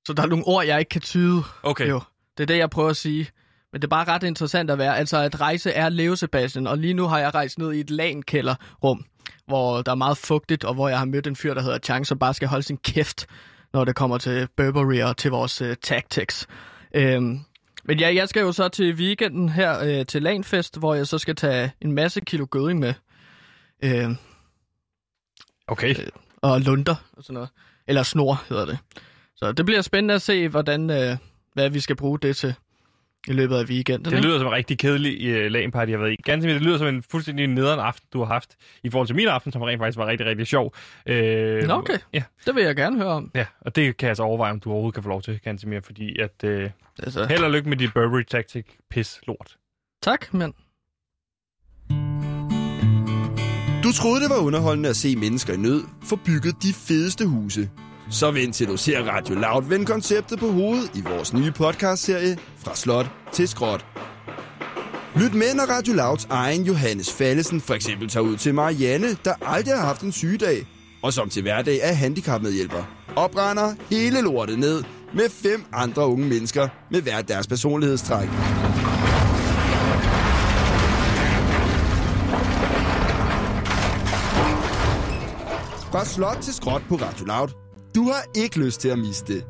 Speaker 1: Så der er nogle ord, jeg ikke kan tyde.
Speaker 2: Okay.
Speaker 1: Jo, det er det, jeg prøver at sige. Men det er bare ret interessant at være. Altså, at rejse er at leve, Sebastian. Og lige nu har jeg rejst ned i et lankælderrum, hvor der er meget fugtigt, og hvor jeg har mødt en fyr, der hedder Chang, som bare skal holde sin kæft, når det kommer til Burberry og til vores uh, tactics. Øhm, men ja, jeg skal jo så til weekenden her øh, til Lanfest, hvor jeg så skal tage en masse kilo gødning med. Øh,
Speaker 2: Okay.
Speaker 1: og lunder og sådan noget. Eller snor hedder det. Så det bliver spændende at se, hvordan, øh, hvad vi skal bruge det til i løbet af weekenden.
Speaker 2: Det
Speaker 1: ikke?
Speaker 2: lyder som en rigtig kedelig uh, LAN-party, jeg har været i. Ganske mere, det lyder som en fuldstændig nederen aften, du har haft, i forhold til min aften, som rent faktisk var rigtig, rigtig sjov. Øh,
Speaker 1: Nå, okay.
Speaker 2: Ja,
Speaker 1: det vil jeg gerne høre om.
Speaker 2: ja, og det kan jeg så overveje, om du overhovedet kan få lov til, ganske mere, fordi at... Øh,
Speaker 1: Altså,
Speaker 2: held og lykke med dit burberry taktik pis lort.
Speaker 1: tak, men...
Speaker 5: Du troede, det var underholdende at se mennesker i nød få bygget de fedeste huse. Så vent til du ser Radio Loud vende konceptet på hovedet i vores nye podcastserie Fra Slot til Skråt. Lyt med, når Radio Louds egen Johannes Fallesen for eksempel tager ud til Marianne, der aldrig har haft en sygedag, og som til hverdag er handicapmedhjælper, og brænder hele lortet ned med fem andre unge mennesker med hver deres personlighedstræk. Fra slot til skråt på Radio Loud. Du har ikke lyst til at miste det.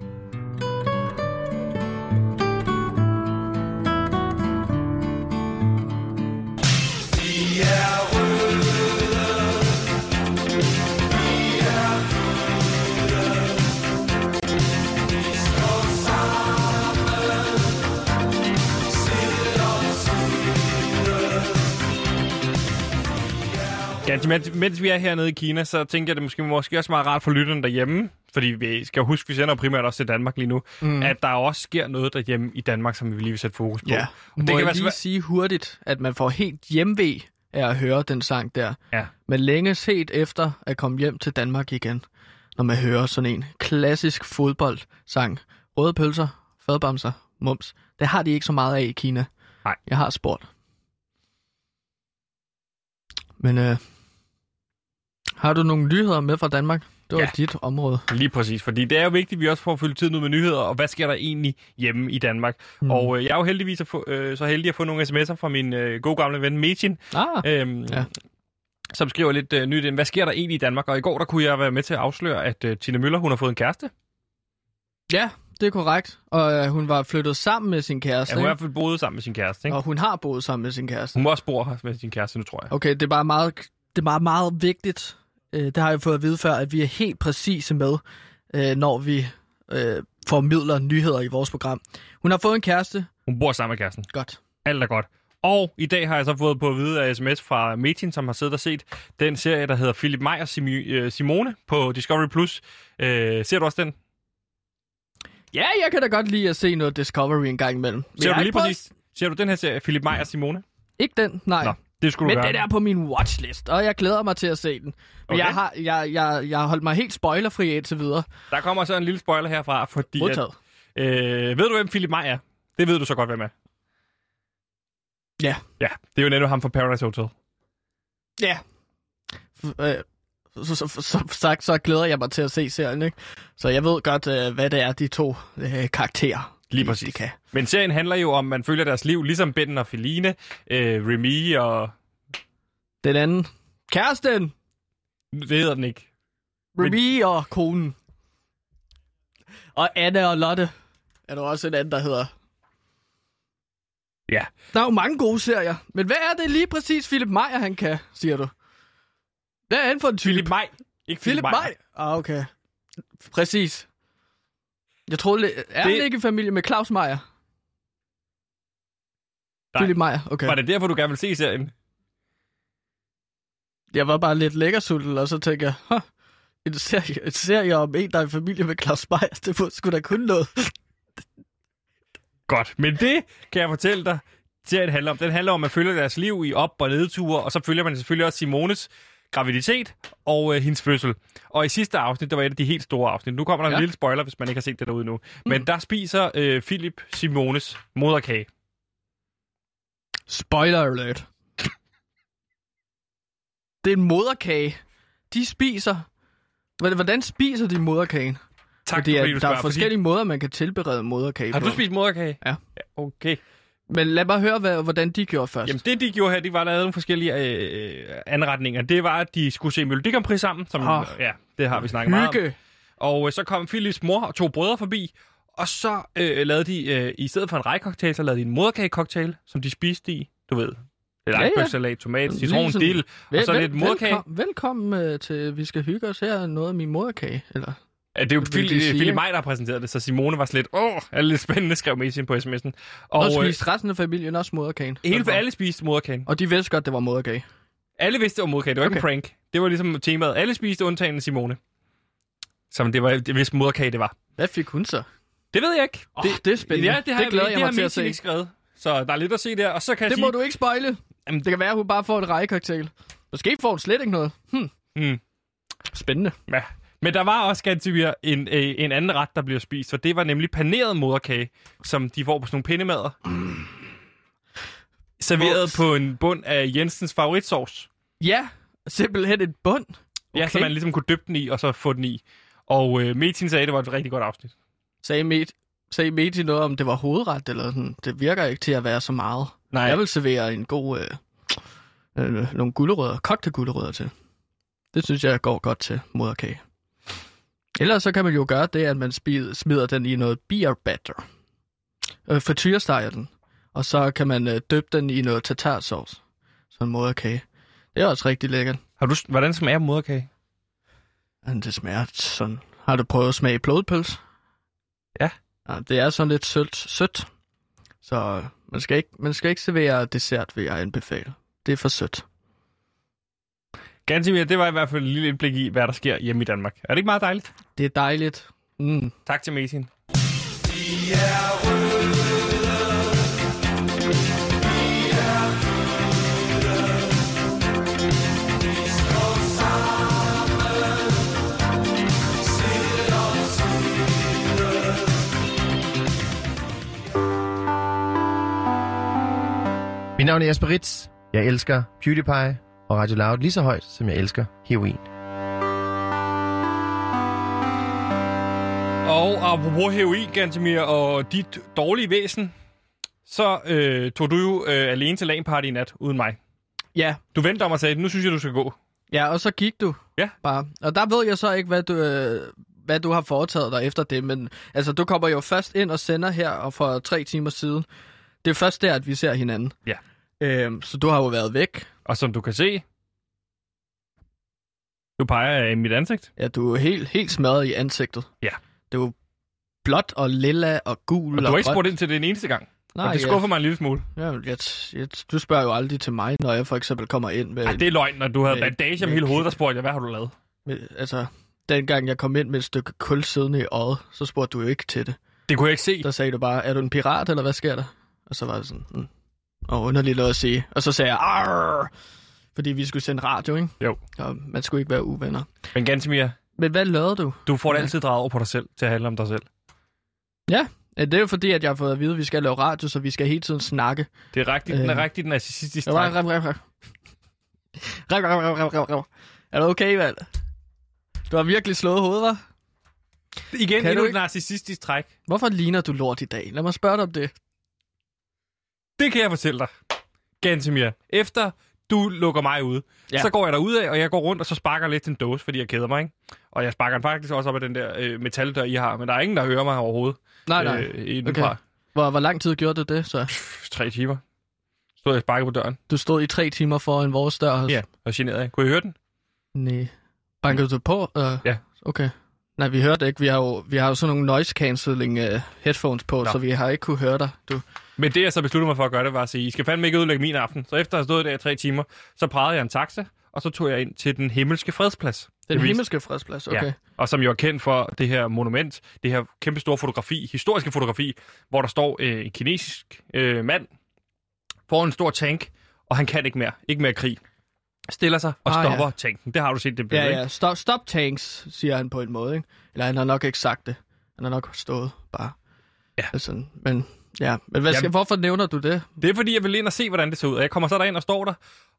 Speaker 2: Ja, mens, mens vi er hernede i Kina, så tænker jeg, det måske, måske også meget rart for lytterne derhjemme, fordi vi skal jo huske, vi sender jo primært også til Danmark lige nu, mm. at der også sker noget derhjemme i Danmark, som vi lige vil sætte fokus på.
Speaker 1: Ja.
Speaker 2: Og det
Speaker 1: Må
Speaker 2: kan
Speaker 1: jeg
Speaker 2: være
Speaker 1: lige
Speaker 2: svært-
Speaker 1: sige hurtigt, at man får helt hjemvej af at høre den sang der.
Speaker 2: Ja.
Speaker 1: Man længes helt efter at komme hjem til Danmark igen, når man hører sådan en klassisk fodboldsang. Røde pølser, fadbamser, mums. Det har de ikke så meget af i Kina.
Speaker 2: Nej.
Speaker 1: Jeg har spurgt. Men øh, har du nogle nyheder med fra Danmark? Det var
Speaker 2: Ja.
Speaker 1: ja. dit område.
Speaker 2: Lige præcis, fordi det er jo vigtigt, at vi også får fyldt tiden ud med nyheder, og hvad sker der egentlig hjemme i Danmark. Mm.
Speaker 1: Mm.
Speaker 2: Og øh, jeg er jo heldigvis at få, øh, så heldig at få nogle sms'er fra min øh, gode gamle ven Metin,
Speaker 1: Ah,
Speaker 2: øhm, ja.
Speaker 1: Ja.
Speaker 2: som skriver lidt øh, nyt ind, hvad sker der egentlig i Danmark? Og i går der kunne jeg være med til at afsløre, at øh, Tina Møller hun har fået en kæreste.
Speaker 1: ja, det er korrekt. Og øh, hun var flyttet sammen med sin kæreste.
Speaker 2: Ja, hun har i
Speaker 1: ikke?
Speaker 2: hvert fald boet sammen med sin kæreste. Ikke?
Speaker 1: Og hun har boet sammen med sin kæreste.
Speaker 2: Hun må også bo her med sin kæreste nu, tror jeg.
Speaker 1: Okay, det er bare meget, det er meget, meget vigtigt. Øh, det har jeg fået at vide før, at vi er helt præcise med, øh, når vi øh, formidler nyheder i vores program. Hun har fået en kæreste.
Speaker 2: Hun bor sammen med kæresten.
Speaker 1: Godt.
Speaker 2: Alt er godt. Og i dag har jeg så fået på at vide af sms fra Metin, som har siddet og set den serie, der hedder Philip Meyer Simi- øh, Simone på Discovery+. Plus. Øh, ser du også den?
Speaker 1: Ja, jeg kan da godt lide at se noget Discovery en gang imellem. Men jeg
Speaker 2: Ser du
Speaker 1: har
Speaker 2: lige
Speaker 1: ikke prøvet-
Speaker 2: præcis? Ser du den her serie, Philip Meyer Simone?
Speaker 1: Ikke den, nej.
Speaker 2: Nå, det skulle
Speaker 1: Men
Speaker 2: du gøre.
Speaker 1: den er på min watchlist, og jeg glæder mig til at se den. Men
Speaker 2: Okay.
Speaker 1: okay. jeg, har, jeg, jeg, jeg har holdt mig helt spoilerfri indtil videre.
Speaker 2: Der kommer så en lille spoiler herfra, fordi... At,
Speaker 1: Modtaget.
Speaker 2: øh, ved du, hvem Philip Meyer er? Det ved du så godt, hvem er.
Speaker 1: Ja.
Speaker 2: Ja, det er jo netop ham fra Paradise Hotel.
Speaker 1: Ja. F- øh, så- så- så- Som sagt, så glæder jeg mig til at se serien, ikke? Så jeg ved godt, øh, hvad det er, de to øh, karakterer.
Speaker 2: Lige
Speaker 1: de-
Speaker 2: præcis.
Speaker 1: De kan.
Speaker 2: Men serien handler jo om, at man følger deres liv, ligesom Bitten og Feline, øh, Remy og...
Speaker 1: Den anden. Kæresten!
Speaker 2: Det hedder den ikke.
Speaker 1: Remy og konen. Og Anna og Lotte. Er der også en anden, der hedder...
Speaker 2: Ja.
Speaker 1: Der er jo mange gode serier. Men hvad er det lige præcis, Philip Meyer han kan, siger du? Hvad er han for en type?
Speaker 2: Philip Maj. Ikke
Speaker 1: Philip Meyer? Ah, okay. Præcis. Jeg troede, det- er
Speaker 2: Det-
Speaker 1: han ikke i familie med Claus Meyer?
Speaker 2: Nej.
Speaker 1: Philip Meyer, okay.
Speaker 2: Var det derfor, du gerne vil se serien?
Speaker 1: Jeg var bare lidt lækkersulten, og så tænkte jeg, "Huh, en serie, en serie om en, der er i familie med Claus Meyer, det burde sgu da kun noget.
Speaker 2: Godt. Men det kan jeg fortælle dig, serien handler om. Den handler om, at man følger deres liv i op- og nedture, og så følger man selvfølgelig også Simones graviditet og øh, hendes fødsel. Og i sidste afsnit, der var et af de helt store afsnit. Nu kommer der ja.
Speaker 1: Ja. Mm.
Speaker 2: en lille spoiler, hvis man ikke har set det derude nu. Men der spiser øh, Philip Simones moderkage.
Speaker 1: Spoiler alert. Det er en moderkage. De spiser... Hvordan- Hvordan spiser de moderkagen?
Speaker 2: Tak,
Speaker 1: fordi,
Speaker 2: fordi du
Speaker 1: at der
Speaker 2: spørger,
Speaker 1: er forskellige måder, man kan tilberede moderkage
Speaker 2: Fordi... Har
Speaker 1: på.
Speaker 2: du spist moderkage?
Speaker 1: Ja.
Speaker 2: Okay.
Speaker 1: Men lad mig høre, hvad, hvordan de gjorde først.
Speaker 2: Jamen det, de gjorde her, det var, at der lavede nogle forskellige øh, øh, anretninger. Det var, at de skulle se Melodi Grand Prix sammen. Som,
Speaker 1: Ah.
Speaker 2: Ja, det har vi snakket meget om.
Speaker 1: Hygge.
Speaker 2: Og øh, så kom Philips mor og to brødre forbi, og så øh, lavede de, øh, i stedet for en rejcocktail, så lavede de en moderkagecocktail, som de spiste i, du ved. Lidt
Speaker 1: ja. ligesom-
Speaker 2: icebergsalat, tomat,
Speaker 1: Lige
Speaker 2: citron,
Speaker 1: sådan-
Speaker 2: dill, og så lidt moderkage.
Speaker 1: Velkommen, velkommen øh, til Vi skal hygge os her. er Noget af min moderkage, eller?
Speaker 2: Ja, det er jo
Speaker 1: vil
Speaker 2: Phil,
Speaker 1: de sige,
Speaker 2: Philip
Speaker 1: ikke?
Speaker 2: Maj, der har præsenteret det, så Simone var slet, åh, er det lidt spændende, skrev Messi på sms'en.
Speaker 1: Og,
Speaker 2: Og
Speaker 1: og
Speaker 2: øh,
Speaker 1: spiste resten af familien også moderkagen.
Speaker 2: hele for alle spiste moderkagen.
Speaker 1: Og de vidste godt, det var moderkage.
Speaker 2: Alle vidste, det var moderkage, det var okay. ikke en prank. Det var ligesom temaet, alle spiste undtagen Simone. Som det var, hvis moderkage det var.
Speaker 1: Hvad fik hun så?
Speaker 2: Det ved jeg ikke.
Speaker 1: Åh, det er spændende.
Speaker 2: Ja, det, har
Speaker 1: Det glæder
Speaker 2: det
Speaker 1: jeg mig
Speaker 2: har
Speaker 1: til at
Speaker 2: Messi
Speaker 1: se.
Speaker 2: ikke skrevet. Så der er lidt at se der, og så kan jeg
Speaker 1: Det
Speaker 2: sige...
Speaker 1: må du ikke spoile.
Speaker 2: Jamen,
Speaker 1: Jamen, det kan være, at hun bare får et rejekoktail. Måske får hun slet ikke noget. Hmm.
Speaker 2: Mm.
Speaker 1: Spændende.
Speaker 2: Ja. Men der var også ganske mere en, øh, en anden ret, der blev spist, og det var nemlig paneret moderkage, som de får på sådan nogle pindemader. Serveret
Speaker 1: Ups.
Speaker 2: på en bund af Jensens favoritsovs.
Speaker 1: Ja, simpelthen et bund.
Speaker 2: Okay. Ja, så man ligesom kunne dyppe den i, og så få den i. Og øh, Metin sagde, at det var et rigtig godt afsnit.
Speaker 1: Sagde Met sagde Meti noget om, det var hovedret eller sådan. Det virker ikke til at være så meget.
Speaker 2: Nej.
Speaker 1: Jeg vil servere en god... Øh, øh, nogle gulerødder, kogte gulerødder til. Det synes jeg går godt til moderkage. Ellers så kan man jo gøre det, at man spid, smider den i noget beer batter. Øh, frityresteger den. Og så kan man øh, døbe den i noget tartarsauce. Sådan en moderkage. Det er også rigtig lækkert.
Speaker 2: Har du, s- hvordan smager moderkage?
Speaker 1: Men det smager sådan. Har du prøvet at smage blodpøls?
Speaker 2: Ja.
Speaker 1: ja. Det er sådan lidt sødt, sødt. Så øh, man skal, ikke, man skal ikke servere dessert, vil jeg anbefale. Det er for sødt.
Speaker 2: Gansimir, det var i hvert fald et lille indblik i, hvad der sker hjemme i Danmark. Er det ikke meget dejligt?
Speaker 1: Det er dejligt. Mm.
Speaker 2: Tak til Mesin.
Speaker 6: Mit navn er Jesper Ritz. Jeg elsker PewDiePie og Radio Loud lige så højt, som jeg elsker heroin.
Speaker 2: Og apropos heroin, Gantemir, og dit dårlige væsen, så øh, tog du jo øh, alene til LAN-party i nat, uden mig.
Speaker 1: Ja,
Speaker 2: Du vendte om og sagde, nu synes jeg, du skal gå.
Speaker 1: ja, og så gik du.
Speaker 2: Ja.
Speaker 1: Bare. Og der ved jeg så ikke, hvad du, øh, hvad du har foretaget dig efter det, men altså, du kommer jo først ind og sender her og for tre timer siden. Det er først der, at vi ser hinanden.
Speaker 2: Ja.
Speaker 1: Øhm, så du har jo været væk.
Speaker 2: Og som du kan se, nu peger jeg i mit ansigt.
Speaker 1: Ja, du er helt, helt smadret i ansigtet.
Speaker 2: Ja.
Speaker 1: Det er jo blåt og lilla og gul
Speaker 2: Og du har ikke
Speaker 1: grønt.
Speaker 2: spurgt ind til det en eneste gang. Nej, og det
Speaker 1: ja.
Speaker 2: skuffer mig en lille smule.
Speaker 1: Ja, jeg, jeg, du spørger jo aldrig til mig, når jeg for eksempel kommer ind med...
Speaker 2: Ej, det er løgn, når du havde
Speaker 1: Men-
Speaker 2: bandage om
Speaker 1: men-
Speaker 2: hele hovedet, der spurgte jeg, hvad har du lavet?
Speaker 1: med altså, dengang jeg kom ind med et stykke kul siddende i øjet, så spurgte du jo ikke til det.
Speaker 2: Det kunne jeg ikke se.
Speaker 1: Der sagde du bare, er du en pirat, eller hvad sker der? Og så var det sådan, mm. og underligt noget at sige. Og så sagde jeg, Arr! fordi vi skulle sende radio, ikke?
Speaker 2: Jo.
Speaker 1: Og man skulle ikke være uvenner.
Speaker 2: Men Gantemir,
Speaker 1: Men hvad lavede du?
Speaker 2: du får det altid drejet over på dig selv, til at handle om dig selv.
Speaker 1: Ja, Det er jo fordi, at jeg har fået at vide, at vi skal lave radio, så vi skal hele tiden snakke.
Speaker 2: Det er rigtigt, den er
Speaker 1: Øh.
Speaker 2: rigtig narcissistisk.
Speaker 1: Rap,
Speaker 2: dreng.
Speaker 1: rap, rap, rap. Rap, rap, rap, rap, rap, rap. Er du okay, Val? Du har virkelig slået hovedet, hva'?
Speaker 2: Igen,
Speaker 1: Kan
Speaker 2: endnu
Speaker 1: du
Speaker 2: et
Speaker 1: ikke?
Speaker 2: narcissistisk træk.
Speaker 1: Hvorfor ligner du lort i dag? Lad mig spørge dig om det.
Speaker 2: Det kan jeg fortælle dig. Gantemir, efter du lukker mig ud, ja.
Speaker 1: Ja.
Speaker 2: så går jeg derud af, og jeg går rundt, og så sparker lidt til en dåse, fordi jeg keder mig, ikke? Og jeg sparker den faktisk også op af den der øh, metaldør, I har, men der er ingen, der hører mig overhovedet.
Speaker 1: Nej, Ah, nej.
Speaker 2: Øh, indenfra.
Speaker 1: Okay. Hvor, hvor lang tid gjorde du det, så?
Speaker 2: Pff, tre timer. Stod jeg og sparkede på døren.
Speaker 1: Du stod i tre timer foran vores dør. og-
Speaker 2: Ja. Og generede jeg. Kunne I høre den?
Speaker 1: Næ. Bankede du på? Uh,
Speaker 2: Ja.
Speaker 1: Okay. Nej, vi hørte ikke. Vi har jo, vi har jo sådan nogle noise cancelling uh, headphones på,
Speaker 2: Nå.
Speaker 1: Nå. så vi har ikke kunne høre dig. Du.
Speaker 2: Men det, jeg så besluttede mig for at gøre, det var at sige, I skal fandme ikke ødelægge min aften. Så efter at have stået der i tre timer, så prægede jeg en taxa, og så tog jeg ind til den himmelske fredsplads.
Speaker 1: Den
Speaker 2: viste-
Speaker 1: himmelske fredsplads, okay.
Speaker 2: Ja. Og som jo er kendt for det her monument, det her kæmpe store fotografi, historiske fotografi, hvor der står øh, en kinesisk øh, mand foran en stor tank, og han kan ikke mere. Ikke mere krig. Stiller sig og
Speaker 1: Ah,
Speaker 2: stopper tanken. Det har du set, det billede,
Speaker 1: Ja,
Speaker 2: ikke?
Speaker 1: ja. Stop, stop tanks, siger han på en måde, ikke? Eller han har nok ikke sagt det. Han har nok stået bare.
Speaker 2: Ja.
Speaker 1: Altså, men ja, men hvad skal,
Speaker 2: Jamen-
Speaker 1: hvorfor nævner du det?
Speaker 2: Det er fordi, jeg vil ind og se, hvordan det ser ud. Og jeg kommer så derind og står der,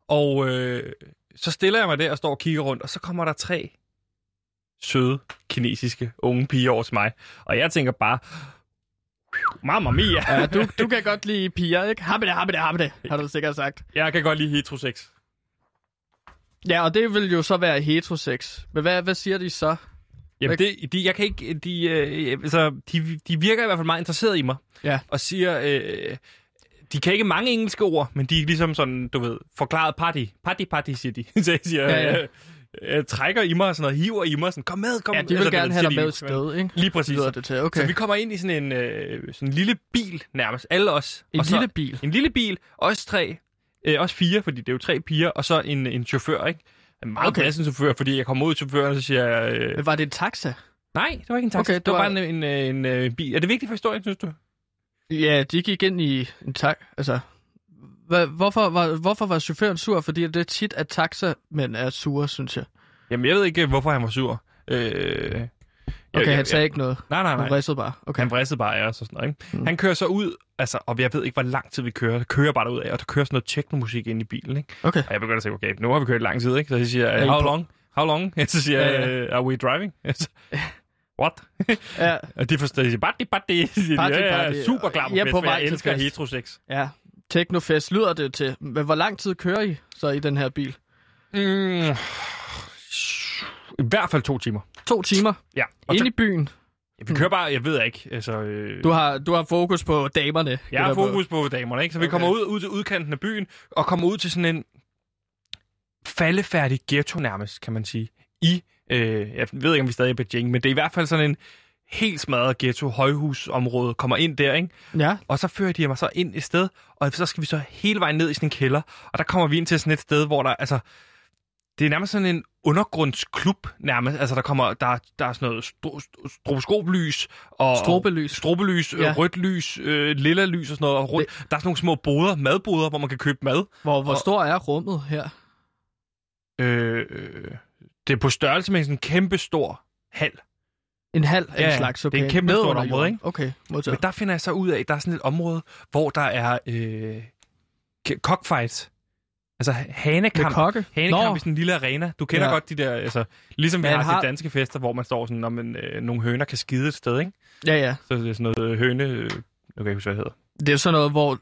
Speaker 2: og øh, så stiller jeg mig der og står og kigger rundt, og så kommer der tre søde kinesiske unge piger over til mig. Og jeg tænker bare, mamma mia,
Speaker 1: Ja, du, du kan godt lide piger, ikke? Habbe det, habbe det, habbe det, har du sikkert sagt.
Speaker 2: jeg kan godt lide heterosex.
Speaker 1: Ja, og det vil jo så være heterosex. Men hvad, hvad siger de så?
Speaker 2: Jamen, det, de, jeg kan ikke, de, øh, altså, de, de virker i hvert fald meget interesserede i mig.
Speaker 1: Ja.
Speaker 2: Og siger, øh, de kan ikke mange engelske ord, men de er ligesom sådan, du ved, forklaret party. Party, party, siger de. Så jeg siger,
Speaker 1: Ja, ja.
Speaker 2: Øh, øh, trækker i mig og sådan noget, hiver i mig og sådan, kom med, kom
Speaker 1: Ja,
Speaker 2: med.
Speaker 1: de vil
Speaker 2: Altså, du ved,
Speaker 1: gerne have
Speaker 2: siger
Speaker 1: dig
Speaker 2: de
Speaker 1: med et
Speaker 2: engelsk, men-
Speaker 1: sted, ikke?
Speaker 2: Lige præcis.
Speaker 1: Lyder det til, okay.
Speaker 2: Så vi kommer ind i sådan en øh, sådan en lille bil nærmest, alle os.
Speaker 1: En
Speaker 2: og
Speaker 1: lille
Speaker 2: så,
Speaker 1: bil.
Speaker 2: En lille bil, os tre, øh, os fire, fordi det er jo tre piger, og så en, en chauffør, ikke? En meget
Speaker 1: Okay.
Speaker 2: okay. chauffør, fordi jeg kommer ud til chaufføren, og så siger jeg... Øh,
Speaker 1: Men var det en taxa?
Speaker 2: Nej, det var ikke en taxa.
Speaker 1: Okay,
Speaker 2: Okay,
Speaker 1: det
Speaker 2: det, var
Speaker 1: var-
Speaker 2: bare en, en, en, øh, en bil. Er det vigtigt for historien, synes du?
Speaker 1: Ja, de gik ind i en tak. Altså, hva, hvorfor, var, hvorfor var chaufføren sur? Fordi det er tit, at taxamænd er sure, synes jeg.
Speaker 2: Jamen, jeg ved ikke, hvorfor han var sur. Øh, okay,
Speaker 1: Okay, han sagde ikke noget.
Speaker 2: Nej, Ah, nej, nej.
Speaker 1: Han ridsede bare. Okay.
Speaker 2: Han vrissede bare af os og sådan noget, ikke? Mm. Han kører så ud, altså, og jeg ved ikke, hvor lang tid vi kører. Der kører bare ud af, og der kører sådan noget teknomusik ind i bilen, ikke?
Speaker 1: Okay.
Speaker 2: Og jeg begynder at tænke, okay, nu har vi kørt i lang tid, ikke? Så jeg siger,
Speaker 1: I
Speaker 2: how
Speaker 1: på-
Speaker 2: long? How long? Så siger
Speaker 1: Ja, ja.
Speaker 2: jeg, øh, are we driving? Så, What?
Speaker 1: Ja,
Speaker 2: Og de forstår, de siger, party, party. Siger de,
Speaker 1: Party,
Speaker 2: ja, ja,
Speaker 1: party.
Speaker 2: super klar på,
Speaker 1: Jeg er
Speaker 2: fest,
Speaker 1: på
Speaker 2: for
Speaker 1: vej
Speaker 2: jeg
Speaker 1: til
Speaker 2: elsker
Speaker 1: fest.
Speaker 2: heterosex.
Speaker 1: ja. Teknofest lyder det til. Men hvor lang tid kører I så i den her bil?
Speaker 2: Mm. I hvert fald to timer.
Speaker 1: To timer.
Speaker 2: Ja, og
Speaker 1: Ind i byen.
Speaker 2: Ja, Vi kører bare, jeg ved ikke, altså... Øh,
Speaker 1: Hmm. Du har, du har fokus på damerne.
Speaker 2: jeg
Speaker 1: gætter
Speaker 2: har
Speaker 1: jeg på.
Speaker 2: fokus på damerne, ikke? Så vi
Speaker 1: Okay.
Speaker 2: kommer ud, ud til udkanten af byen, og kommer ud til sådan en faldefærdig ghetto nærmest, kan man sige. I, øh, jeg ved ikke, om vi er stadig er i Beijing, men det er i hvert fald sådan en helt smadret ghetto, højhusområde, kommer ind der, ikke?
Speaker 1: Ja.
Speaker 2: Og så fører de mig så ind et sted, og så skal vi så hele vejen ned i sådan en kælder, og der kommer vi ind til sådan et sted, hvor der, altså, det er nærmest sådan en undergrundsklub, nærmest. Altså, der kommer, der, der er sådan noget stro, stro- stroboskoplys og...
Speaker 1: Strobelys.
Speaker 2: Strobelys, ja.
Speaker 1: Ja.
Speaker 2: rødt lys, øh, lilla lys og sådan noget. Og rundt, der er sådan nogle små boder, madboder, hvor man kan købe mad.
Speaker 1: Hvor, hvor
Speaker 2: Og-
Speaker 1: stor er rummet her?
Speaker 2: Øh, øh, det er på størrelse med sådan en kæmpe stor hal.
Speaker 1: En halv af
Speaker 2: Ja,
Speaker 1: en
Speaker 2: ja.
Speaker 1: slags,
Speaker 2: Det er
Speaker 1: okay.
Speaker 2: et kæmpe
Speaker 1: Ned
Speaker 2: stort
Speaker 1: under
Speaker 2: område,
Speaker 1: jorden.
Speaker 2: ikke?
Speaker 1: Okay,
Speaker 2: Men
Speaker 1: modtaget.
Speaker 2: der finder jeg så ud af, at der er sådan et område, hvor der er øh, k- cockfights. Altså
Speaker 1: Med
Speaker 2: hanekamp.
Speaker 1: kokke?
Speaker 2: Hanekamp
Speaker 1: Nå.
Speaker 2: i sådan en lille arena. Du kender ja.
Speaker 1: Ja.
Speaker 2: godt de der, altså, ligesom vi
Speaker 1: Man
Speaker 2: har, har
Speaker 1: har-
Speaker 2: til danske fester, hvor man står sådan, om en, øh, nogle høner kan skide et sted, ikke?
Speaker 1: Ja, ja.
Speaker 2: Så det er sådan noget øh, høne... Øh, nu kan jeg ikke huske, hvad det hedder.
Speaker 1: Det er jo sådan noget, hvor,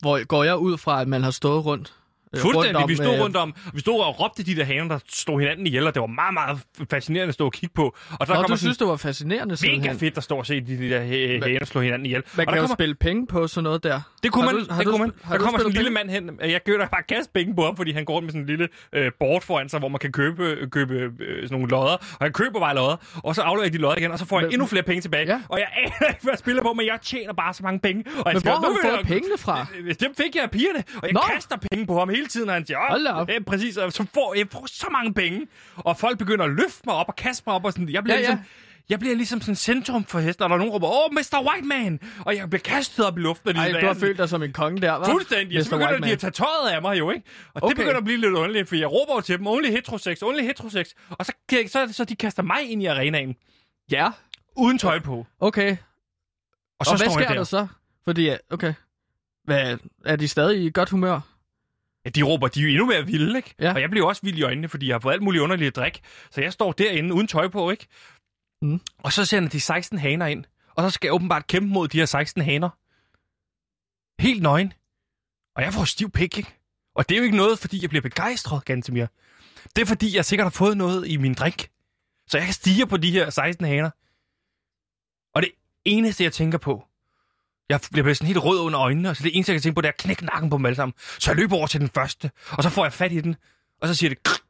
Speaker 1: hvor går jeg ud fra, at man har stået rundt. øh,
Speaker 2: Fuldstændig, vi stod
Speaker 1: øh,
Speaker 2: rundt om, vi stod og råbte de der haner, der stod hinanden ihjel, og det var meget, meget fascinerende at stå og kigge på. Og
Speaker 1: Nå,
Speaker 2: der
Speaker 1: du
Speaker 2: kommer sådan
Speaker 1: synes, det var fascinerende,
Speaker 2: mega
Speaker 1: simpelthen.
Speaker 2: fedt, der står og ser de, de der hæ-
Speaker 1: Man-
Speaker 2: hæner slå hinanden ihjel.
Speaker 1: Man
Speaker 2: og
Speaker 1: kan
Speaker 2: der
Speaker 1: jo
Speaker 2: kommer,
Speaker 1: spille penge på sådan noget der.
Speaker 2: det kunne
Speaker 1: Har
Speaker 2: man,
Speaker 1: du- har
Speaker 2: det
Speaker 1: du
Speaker 2: kunne man.
Speaker 1: spil- har
Speaker 2: Der
Speaker 1: du
Speaker 2: kommer sådan en
Speaker 1: spillet
Speaker 2: lille mand hen, jeg gør da bare kaste penge på ham, fordi han går rundt med sådan en lille øh, board foran sig, hvor man kan købe, købe øh, sådan nogle lodder, og han køber bare lodder, og så afleverer jeg de lodder igen, og så får jeg
Speaker 1: Men-
Speaker 2: endnu flere penge tilbage,
Speaker 1: Ja.
Speaker 2: og jeg aner ikke, hvad jeg spiller på, men jeg tjener bare så mange penge. Og jeg
Speaker 1: Men
Speaker 2: tænker,
Speaker 1: hvor har
Speaker 2: nu
Speaker 1: du
Speaker 2: vil
Speaker 1: fået
Speaker 2: jeg-
Speaker 1: pengene fra?
Speaker 2: Øh, Dem fik jeg af pigerne, og jeg Nå.
Speaker 1: Nå.
Speaker 2: kaster penge på ham hele tiden, og han siger,
Speaker 1: Hold da
Speaker 2: Åh,
Speaker 1: op."
Speaker 2: det er præcis, og så får jeg får så mange penge, og folk begynder at løfte mig op og kaste mig op, og sådan, jeg bliver
Speaker 1: Ja, ja.
Speaker 2: ligesom, jeg bliver ligesom sådan centrum for hesten, og der er nogen, der råber, åh, Mr. White Man! Og jeg bliver kastet op i luften. og de-
Speaker 1: Ej,
Speaker 2: og
Speaker 1: du
Speaker 2: jeg
Speaker 1: har
Speaker 2: er sådan,
Speaker 1: følt dig som en konge der, hva'?
Speaker 2: Fuldstændig. Og Så
Speaker 1: Mr.
Speaker 2: begynder de
Speaker 1: Whiteman.
Speaker 2: at tage tøjet af mig jo, ikke? Og okay. det
Speaker 1: Okay.
Speaker 2: begynder at blive lidt underligt, for jeg råber jo til dem, only heterosex, only heterosex. Og så, så, er det så de kaster mig ind i arenaen,
Speaker 1: Ja,
Speaker 2: uden tøj på.
Speaker 1: okay.
Speaker 2: Og
Speaker 1: Og,
Speaker 2: så
Speaker 1: og hvad
Speaker 2: står jeg
Speaker 1: sker
Speaker 2: der.
Speaker 1: der så? Fordi, ja, okay. Hvad, er de stadig i godt humør?
Speaker 2: Ja, de råber, de er jo endnu mere vilde, ikke? Ja.
Speaker 1: Ja.
Speaker 2: Og jeg bliver også vild i øjnene, fordi jeg har fået alt muligt underligt at drikke. Så jeg står derinde uden tøj på, ikke?
Speaker 1: Mm.
Speaker 2: Og så sender de 16 haner ind. Og så skal jeg åbenbart kæmpe mod de her 16 haner. Helt nøgen. Og jeg får stiv pik, ikke? Og det er jo ikke noget, fordi jeg bliver begejstret, Gantemir. Det er fordi, jeg sikkert har fået noget i min drink. Så jeg kan stige på de her 16 haner. Og det eneste, jeg tænker på, jeg bliver sådan helt rød under øjnene, og så det eneste, jeg kan tænke på, det er at knække nakken på dem alle sammen. Så jeg løber over til den første, og så får jeg fat i den, og så siger det... Krik,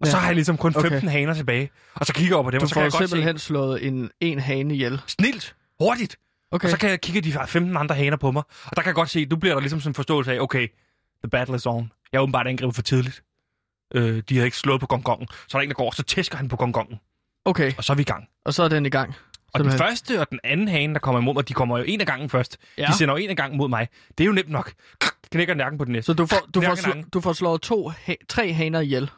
Speaker 2: og
Speaker 1: Ja.
Speaker 2: så har jeg ligesom kun
Speaker 1: Okay.
Speaker 2: 15 haner tilbage. Og så kigger jeg over på dem,
Speaker 1: Du
Speaker 2: og så kan
Speaker 1: får
Speaker 2: jeg godt
Speaker 1: simpelthen slået en, en hane ihjel.
Speaker 2: se... Snilt! Hurtigt! Okay.
Speaker 1: Okay.
Speaker 2: Og så kan jeg kigge de 15 andre haner på mig, og der kan jeg godt se, nu bliver der ligesom sådan en forståelse af, okay, the battle is on. Jeg er åbenbart angrebet for tidligt. Øh, de har ikke slået på gongongen. Så er der en, der går, og så tæsker han på gongongen.
Speaker 1: Okay,
Speaker 2: Og så er vi i gang.
Speaker 1: og så er den i gang.
Speaker 2: Og den
Speaker 1: Simpelthen.
Speaker 2: første og den anden hane, der kommer imod mig, de kommer jo en af gangen først. Ja.
Speaker 1: Ja.
Speaker 2: De sender jo en af gangen mod mig. Det er jo nemt nok. Knækker nakken på den næste.
Speaker 1: Så du får, du får,
Speaker 2: Knækker
Speaker 1: sl-
Speaker 2: nakken.
Speaker 1: du får slået to, ha- tre haner ihjel.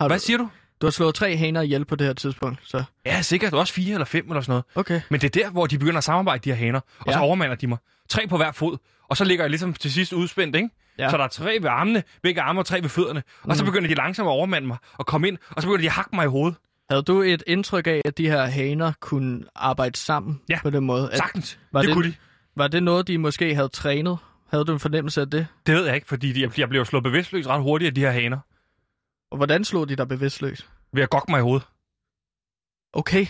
Speaker 1: Har
Speaker 2: Hvad
Speaker 1: du,
Speaker 2: siger du?
Speaker 1: du har slået tre haner ihjel på det her tidspunkt, så
Speaker 2: Ja, sikkert. Også fire eller fem eller sådan noget.
Speaker 1: okay.
Speaker 2: Men det er der, hvor de begynder at samarbejde, de her haner. Og ja. så
Speaker 1: Ja.
Speaker 2: overmander de mig. Tre på hver fod. Og så ligger jeg ligesom til sidst udspændt, ikke? Ja.
Speaker 1: Ja. Mm.
Speaker 2: Så der er tre ved armene, begge arme og tre ved fødderne. Og så begynder de langsomt at overmande mig og komme ind. Og så begynder de at hakke mig i hovedet.
Speaker 1: Havde du et indtryk af, at de her haner kunne arbejde sammen
Speaker 2: Ja.
Speaker 1: på den måde? At,
Speaker 2: Sagtens.
Speaker 1: var
Speaker 2: det, det
Speaker 1: det-
Speaker 2: kunne de.
Speaker 1: Var det noget, de måske havde trænet? Havde du en fornemmelse af det?
Speaker 2: Det ved jeg ikke, fordi de, jeg blev jo slået bevidstløs ret hurtigt af de her haner.
Speaker 1: Og hvordan slog de dig bevidstløs?
Speaker 2: Ved at gokke mig i hovedet.
Speaker 1: Okay.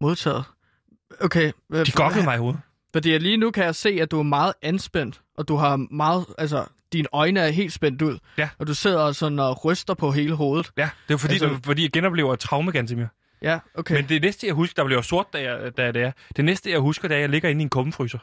Speaker 1: Modtaget. Okay. øh,
Speaker 2: De gokkede mig i hovedet.
Speaker 1: Fordi lige nu kan jeg se, at du er meget anspændt, og du har meget, altså, dine øjne er helt spændt ud.
Speaker 2: Ja.
Speaker 1: Og du sidder sådan og ryster på hele hovedet.
Speaker 2: Ja, det var fordi, altså,
Speaker 1: Altså-
Speaker 2: det var, fordi jeg genoplever et traume, Gansimir.
Speaker 1: Ja, okay.
Speaker 2: Men det næste, jeg husker, der bliver jo sort, da, jeg, da det er. Det næste, jeg husker, det er, at jeg ligger inde i en kummefryser.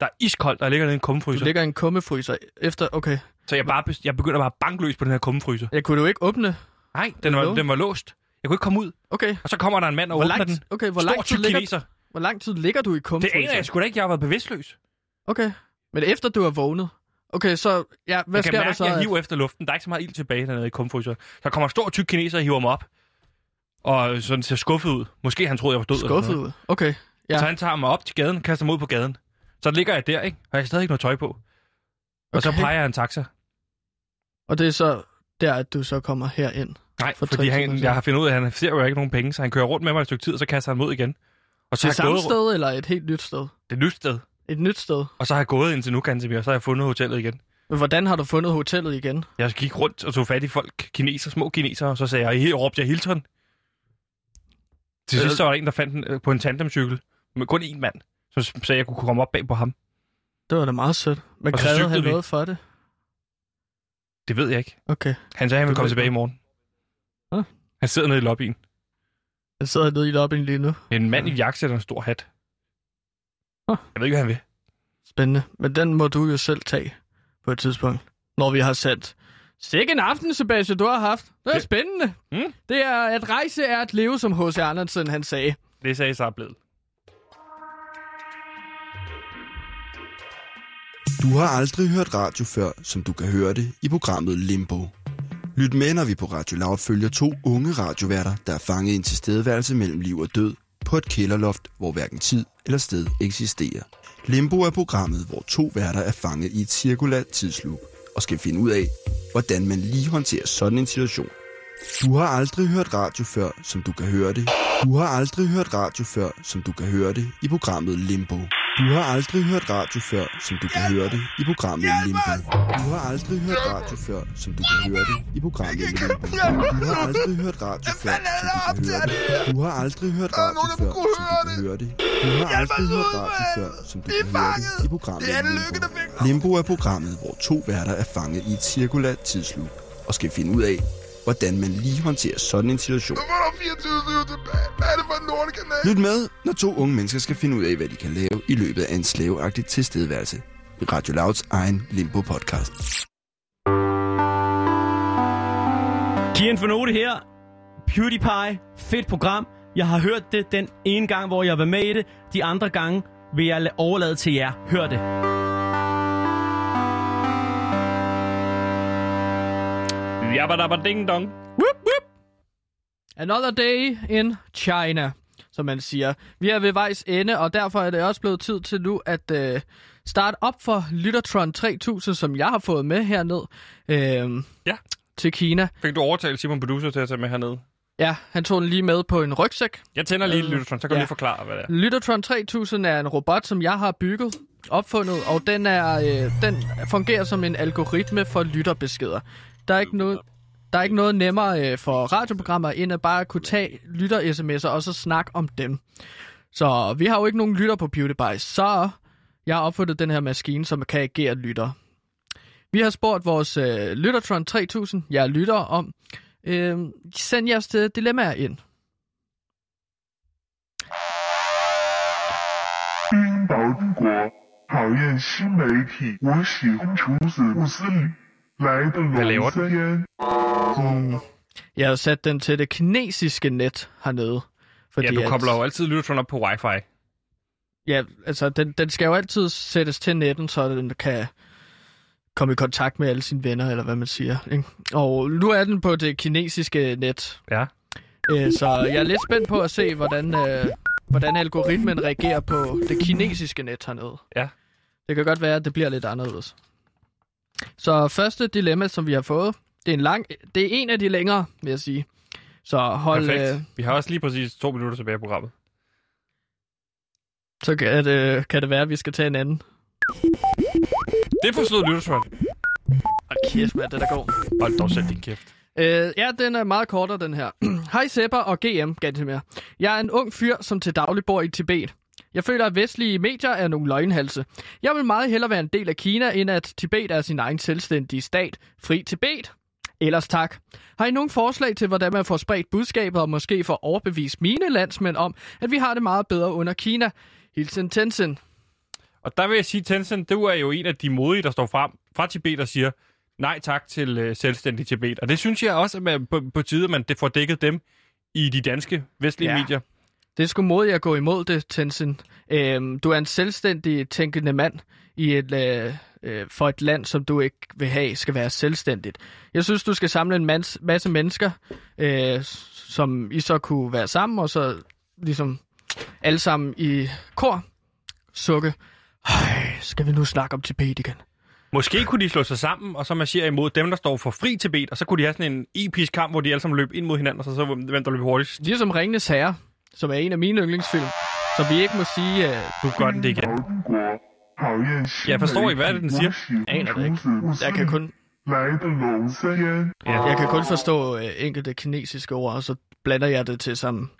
Speaker 2: Der er iskoldt, og jeg ligger nede i en
Speaker 1: du
Speaker 2: kummefryser.
Speaker 1: ligger i en kummefryser efter, okay.
Speaker 2: Så jeg, bare, bes- jeg begynder bare bankløs på den her kummefryser.
Speaker 1: Jeg kunne du ikke åbne?
Speaker 2: Nej, den var,
Speaker 1: låst.
Speaker 2: den var låst. Jeg kunne ikke komme ud.
Speaker 1: Okay.
Speaker 2: Og så kommer der en mand og
Speaker 1: Hvor
Speaker 2: åbner
Speaker 1: lang,
Speaker 2: den.
Speaker 1: okay, hvor
Speaker 2: Stor,
Speaker 1: lang, tid
Speaker 2: tyk
Speaker 1: ligger,
Speaker 2: kineser.
Speaker 1: hvor lang tid ligger du i
Speaker 2: Det
Speaker 1: kummefryser?
Speaker 2: aner jeg sgu da ikke. Jeg har været bevidstløs.
Speaker 1: Okay. Men efter du har vågnet? Okay, så ja, hvad
Speaker 2: jeg kan
Speaker 1: sker der
Speaker 2: mærke,
Speaker 1: så?
Speaker 2: at jeg
Speaker 1: at-
Speaker 2: hiver efter luften. Der er ikke så meget ild tilbage dernede i kumfryser. Så kommer en stor tyk kineser og hiver mig op. Og sådan ser skuffet ud. Måske han troede, jeg var død. eller
Speaker 1: Skuffet
Speaker 2: sådan noget.
Speaker 1: ud. Okay. ja.
Speaker 2: Så han tager mig op til gaden, kaster mig ud på gaden. Så ligger jeg der, ikke? Og jeg har stadig ikke noget tøj på. Og så
Speaker 1: Okay.
Speaker 2: peger jeg en taxa.
Speaker 1: Og det er så der, at du så kommer herind.
Speaker 2: Nej,
Speaker 1: For
Speaker 2: for fordi
Speaker 1: tre timer
Speaker 2: han,
Speaker 1: siden.
Speaker 2: jeg har fundet ud af, at han ser jo ikke nogen penge, så han kører rundt med mig et stykke tid, og så kaster han mod igen. Og så
Speaker 1: Til
Speaker 2: har jeg
Speaker 1: samme
Speaker 2: gået
Speaker 1: sted, eller et helt nyt sted?
Speaker 2: Det er et nyt sted.
Speaker 1: Et nyt sted.
Speaker 2: Og så har jeg gået indtil nu, Gantemir, og så har jeg fundet hotellet igen.
Speaker 1: Men hvordan har du fundet hotellet igen?
Speaker 2: Jeg gik rundt og tog fat i folk, kineser, små kinesere, og så sagde jeg, her råbte jeg Hilton. Til sidst så var der en, der fandt den øh, på en tandemcykel, med kun én mand, så s- sagde jeg, kunne komme op bag på ham.
Speaker 1: Det var da meget sødt. Men
Speaker 2: Og så
Speaker 1: krævede
Speaker 2: cyklede
Speaker 1: han
Speaker 2: vi.
Speaker 1: noget for det?
Speaker 2: Det ved jeg ikke.
Speaker 1: Okay.
Speaker 2: Han sagde, han ville
Speaker 1: Det
Speaker 2: komme
Speaker 1: ved
Speaker 2: tilbage i
Speaker 1: jeg.
Speaker 2: morgen.
Speaker 1: Hå?
Speaker 2: Han sidder nede i lobbyen.
Speaker 1: Jeg sidder nede i lobbyen lige nu.
Speaker 2: En mand i jakkesæt og en stor hat.
Speaker 1: Hå?
Speaker 2: Jeg ved ikke, hvad han vil.
Speaker 1: Spændende. Men den må du jo selv tage på et tidspunkt. Når vi har sendt Sikke en aften, Sebastian, du har haft. Det er
Speaker 2: Det-
Speaker 1: spændende.
Speaker 2: Mm.
Speaker 1: Det er, at rejse er at leve, som H.C. Andersen han sagde.
Speaker 2: Det sagde sig blevet.
Speaker 5: Du har aldrig hørt radio før, som du kan høre det i programmet Limbo. Lyt med, når vi på Radio Loud følger to unge radioværter, der er fanget i en tilstedeværelse mellem liv og død på et kælderloft, hvor hverken tid eller sted eksisterer. Limbo er programmet, hvor to værter er fanget i et cirkulært tidsloop og skal finde ud af, hvordan man lige håndterer sådan en situation. Du har aldrig hørt radio før, som du kan høre det. Du har aldrig hørt radio før, som du kan høre det i programmet Limbo. Du har aldrig hørt radio før, som du kan høre det i programmet Limbo. Du har aldrig hørt radio før, som du kan høre det i programmet Limbo. Du har aldrig hørt radio før, som du kan høre det. Du har aldrig hørt radio før, som du kan høre det. Du har aldrig hørt radio før, som du kan høre det i programmet Limbo. Limbo er programmet, hvor to værter er fanget i et cirkulært tidsloop og skal finde ud af, hvordan man lige håndterer sådan en situation. Lyt med, når to unge mennesker skal finde ud af, hvad de kan lave i løbet af en slaveagtig tilstedeværelse. I Radio Louds egen Limbo-podcast.
Speaker 7: Kian Fornote her. PewDiePie. Fedt program. Jeg har hørt det den ene gang, hvor jeg var med i det. De andre gange vil jeg la- overlade til jer. Hør det.
Speaker 2: Jabba ding dong.
Speaker 1: Another day in China, som man siger. Vi er ved vejs ende, og derfor er det også blevet tid til nu at øh, starte op for Lyttertron 3000, som jeg har fået med herned øh,
Speaker 2: Ja.
Speaker 1: til Kina.
Speaker 2: Fik du overtalt Simon Producer til at tage med herned?
Speaker 1: Ja, han tog den lige med på en rygsæk.
Speaker 2: Jeg tænder lige
Speaker 1: Øh,
Speaker 2: øh, Lyttertron, så kan
Speaker 1: ja.
Speaker 2: ja. du lige forklare, hvad det er.
Speaker 1: Lyttertron 3000 er en robot, som jeg har bygget, opfundet, og den, er, øh, den fungerer som en algoritme for lytterbeskeder. Der er ikke noget, der er ikke noget nemmere øh, for radioprogrammer, end at bare kunne tage lytter-sms'er og så snakke om dem. Så vi har jo ikke nogen lytter på PewDiePie, så jeg har opfundet den her maskine, som kan agere lytter. Vi har spurgt vores øh, Lyttertron 3000, jeg lytter om, øh, send jeres øh, dilemmaer ind.
Speaker 8: 冰岛中国讨厌新媒体，我喜欢处子穆斯里来的龙思烟。嗯，
Speaker 1: Jeg har jo sat den til det kinesiske net hernede. Fordi
Speaker 2: Ja, du
Speaker 1: at-
Speaker 2: kobler jo altid Lyttertron op på wifi.
Speaker 1: Ja, altså, den, den skal jo altid sættes til netten, så den kan komme i kontakt med alle sine venner, eller hvad man siger. Ikke? Og nu er den på det kinesiske net.
Speaker 2: Ja.
Speaker 1: Øh, Så jeg er lidt spændt på at se, hvordan, øh, hvordan algoritmen reagerer på det kinesiske net hernede.
Speaker 2: Ja.
Speaker 1: Det kan godt være, at det bliver lidt anderledes. Så første dilemma, som vi har fået, det er en lang, det er en af de længere, vil jeg sige. Så hold,
Speaker 2: Perfekt.
Speaker 1: øh,
Speaker 2: Vi har også lige præcis to minutter tilbage i programmet.
Speaker 1: Så kan det, kan det være, at vi skal tage en anden.
Speaker 2: Det forstod Lyttertron.
Speaker 1: Og kæft, mand, det der går.
Speaker 2: Hold dog selv din kæft.
Speaker 1: Øh, ja, den er meget kortere, den her. Hej Sepper og GM, Gantemir. Jeg er en ung fyr, som til daglig bor i Tibet. Jeg føler, at vestlige medier er nogle løgnhalse. Jeg vil meget hellere være en del af Kina, end at Tibet er sin egen selvstændige stat. Fri Tibet! Ellers tak. Har I nogen forslag til, hvordan man får spredt budskabet og måske får overbevist mine landsmænd om, at vi har det meget bedre under Kina? Hilsen Tenzin.
Speaker 2: Og der vil jeg sige, Tencent, du er jo en af de modige, der står frem fra Tibet og siger, nej tak til øh, selvstændig Tibet. Og det synes jeg også, at man, på, på tide, at man det får dækket dem i de danske vestlige
Speaker 1: Ja.
Speaker 2: ja. medier.
Speaker 1: Det er sgu modigt at gå imod det, Tenzin. Øhm, du er en selvstændig tænkende mand i et, øh, øh, for et land, som du ikke vil have, skal være selvstændigt. Jeg synes, du skal samle en mans, masse mennesker, øh, s- som I så kunne være sammen, og så ligesom alle sammen i kor sukke. Øj, skal vi nu snakke om Tibet igen?
Speaker 2: Måske kunne de slå sig sammen, og så marchere imod dem, der står for fri Tibet, og så kunne de have sådan en episk kamp, hvor de alle sammen løb ind mod hinanden, og så så hvem hvem der løb hurtigst.
Speaker 1: Ligesom Ringenes Herre, som er en af mine yndlingsfilm, som vi ikke må sige... Øh,
Speaker 2: Du gør den det igen.
Speaker 8: 冰岛中国讨厌新
Speaker 2: 也不
Speaker 8: 媒
Speaker 2: 是
Speaker 8: 体，
Speaker 2: 我以为是你
Speaker 8: 我喜欢
Speaker 1: Aner det
Speaker 8: 处
Speaker 1: ikke.
Speaker 8: 子穆斯
Speaker 1: jeg kan
Speaker 8: 里
Speaker 1: kun
Speaker 8: 来的龙思烟。
Speaker 1: Jeg kan kun forstå øh, enkelte kinesiske ord, og så blander jeg det til sammen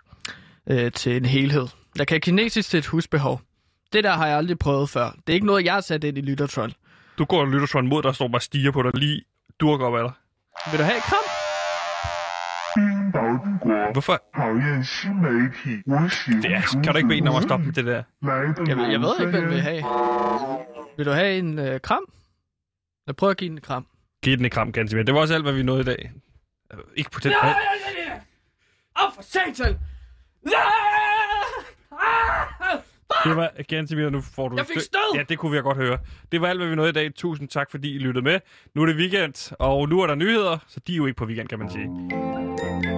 Speaker 1: øh, til en helhed. Jeg kan kinesisk til et husbehov. Det der har jeg aldrig prøvet før. Det er ikke noget, jeg har sat ind i Lyttertron.
Speaker 2: Du går og lytter sådan mod, der står bare og stiger på dig lige durk op af dig.
Speaker 1: Vil du have et kram?
Speaker 8: 冰岛中国
Speaker 2: Hvorfor?
Speaker 8: 讨厌新媒体，我喜欢
Speaker 2: Det er,
Speaker 8: 处子
Speaker 2: kan du ikke bede dem om at
Speaker 8: 穆斯
Speaker 2: stoppe med
Speaker 8: 里
Speaker 2: det der?
Speaker 8: 来的
Speaker 1: Jeg, ved- jeg ved ikke, hvad du
Speaker 8: 龙思
Speaker 1: vil
Speaker 8: 烟。
Speaker 1: have. Vil du have en øh, kram? Jeg prøver at give den en kram.
Speaker 2: Giv den et kram, Gansimir. Det var også alt, hvad vi nåede i dag. Øh, Ikke på den måde.
Speaker 1: Åh, for satan! Ah!
Speaker 2: Det var Gansimir, nu får du...
Speaker 1: Jeg fik stød!
Speaker 2: Ja, det kunne vi godt høre. Det var alt, hvad vi nåede i dag. Tusind tak, fordi I lyttede med. Nu er det weekend, og nu er der nyheder, så de er jo ikke på weekend, kan man sige.